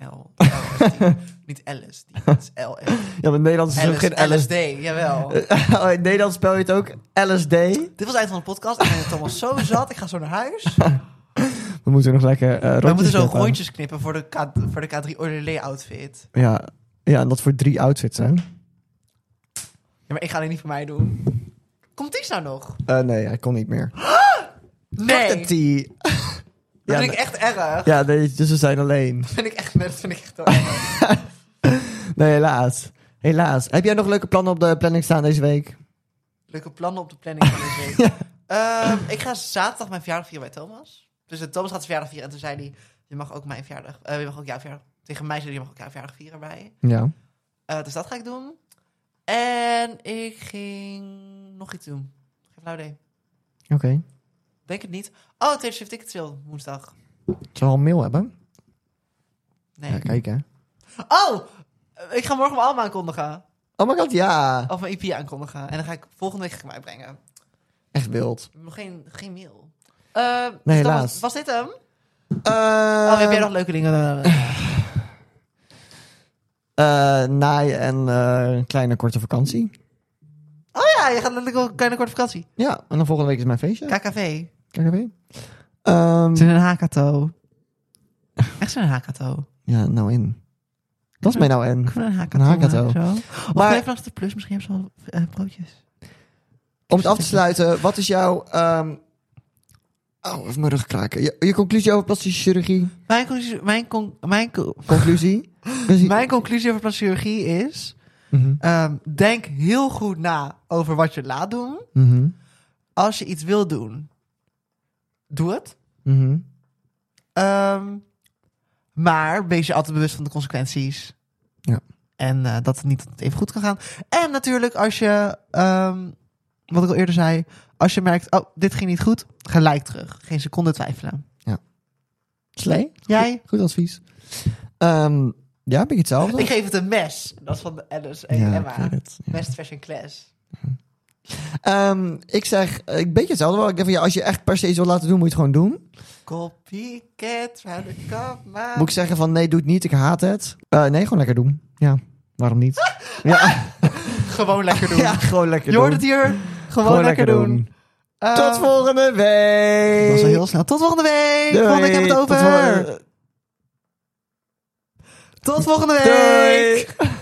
Speaker 1: E, L, LSD. Niet LSD, het is LSD.
Speaker 2: Ja, maar in Nederlands is het ook geen LSD.
Speaker 1: LSD, jawel.
Speaker 2: Oh, in Nederlands spel je het ook LSD.
Speaker 1: Dit was het eind van de podcast. Ik ben Thomas zo zat. Ik ga zo naar huis.
Speaker 2: We moeten nog lekker eh
Speaker 1: We moeten
Speaker 2: rondjes
Speaker 1: zo
Speaker 2: knippen.
Speaker 1: rondjes knippen voor de, K, voor de K3 Ordelé outfit.
Speaker 2: Ja. ja, en dat voor drie outfits, hè?
Speaker 1: Ja, maar ik ga alleen niet voor mij doen. Komt Ties nou nog?
Speaker 2: Eh, nee, hij kon niet meer.
Speaker 1: Nee.
Speaker 2: Dat die...
Speaker 1: Dat
Speaker 2: ja,
Speaker 1: vind ik
Speaker 2: nee.
Speaker 1: echt erg.
Speaker 2: ja, nee, dus we zijn alleen.
Speaker 1: Dat vind ik echt, dat vind ik echt heel erg.
Speaker 2: Nee, helaas. Helaas. Heb jij nog leuke plannen op de planning staan deze week?
Speaker 1: Leuke plannen op de planning van deze week. Ehm, ik ga zaterdag mijn verjaardag vieren bij Thomas. Dus eh, Thomas gaat zijn verjaardag vieren en toen zei hij... Je mag ook mijn verjaardag... eh, je mag ook jouw verjaardag... Tegen mij zei hij, je mag ook jouw verjaardag vieren bij.
Speaker 2: Ja.
Speaker 1: Eh, dus dat ga ik doen. En ik ging nog iets doen. Geen flauw idee.
Speaker 2: Oké.
Speaker 1: Denk het niet. Oh, Taylor Swift Ticket Sale woensdag.
Speaker 2: Zal al een mail hebben?
Speaker 1: Nee.
Speaker 2: Ja, kijk hè.
Speaker 1: Oh! Eh, Ik ga morgen mijn album aankondigen.
Speaker 2: Oh my god, ja.
Speaker 1: Of mijn EP aankondigen. En dan ga ik volgende week ga ik hem uitbrengen.
Speaker 2: Echt wild.
Speaker 1: Nog geen, geen mail. Eh, dus
Speaker 2: Nee,
Speaker 1: dat
Speaker 2: helaas.
Speaker 1: Was, was dit hem?
Speaker 2: Eh
Speaker 1: oh, heb jij nog leuke dingen?
Speaker 2: Ehm. eh, naaien en eh, een kleine korte vakantie.
Speaker 1: Oh ja, je gaat letterlijk ook een kleine korte vakantie.
Speaker 2: Ja, en dan volgende week is mijn feestje.
Speaker 1: KKV.
Speaker 2: KKB. Ehm,
Speaker 1: Het is een hakato. Echt zo'n hakato.
Speaker 2: ja, nou in. Dat is mij nou in.
Speaker 1: Ik vind een hakato.
Speaker 2: Een hakato. Maar-
Speaker 1: Maar even langs de plus, misschien hebben ze al eh, broodjes.
Speaker 2: Om het af te sluiten, wat is jouw... ehm Oh, even mijn rug kraken. Je, je conclusie over plastische chirurgie?
Speaker 1: Mijn conclusie, mijn con- mijn co-
Speaker 2: Conclusie? Conclusie?
Speaker 1: mijn conclusie over plastische chirurgie is...
Speaker 2: Mhm,
Speaker 1: ehm, denk heel goed na over wat je laat doen.
Speaker 2: mhm,
Speaker 1: Als je iets wil doen, doe het.
Speaker 2: mhm.
Speaker 1: Ehm, maar wees je altijd bewust van de consequenties.
Speaker 2: Ja.
Speaker 1: En eh, dat het niet even goed kan gaan. En natuurlijk als je... ehm, wat ik al eerder zei. Als je merkt, oh, dit ging niet goed. Gelijk terug. Geen seconde twijfelen.
Speaker 2: Slee?
Speaker 1: Jij?
Speaker 2: Goed advies. Ehm, ja, ben ik hetzelfde?
Speaker 1: Ik geef het een mes. Dat is van de Alice en
Speaker 2: ja, ik
Speaker 1: Emma.
Speaker 2: weet het. Ja.
Speaker 1: Best fashion class.
Speaker 2: Ehm, ik zeg, eh, een beetje hetzelfde. wel. Ik denk van, ja, als je echt per se iets wil laten doen, moet je het gewoon doen.
Speaker 1: Copycat van de kap, maar...
Speaker 2: Moet ik zeggen van, nee, doe het niet, ik haat het. Eh, nee, gewoon lekker doen. Ja, waarom niet? ja,
Speaker 1: Gewoon lekker doen.
Speaker 2: ja, gewoon lekker
Speaker 1: Je hoort
Speaker 2: doen.
Speaker 1: het hier. Gewoon, lekker doen. Eh,
Speaker 2: Tot volgende week!
Speaker 1: Dat was al heel snel. Tot volgende week.
Speaker 2: Doei.
Speaker 1: Volgende week hebben we het
Speaker 2: Tot
Speaker 1: over.
Speaker 2: volgende-
Speaker 1: Tot volgende week.
Speaker 2: Doei.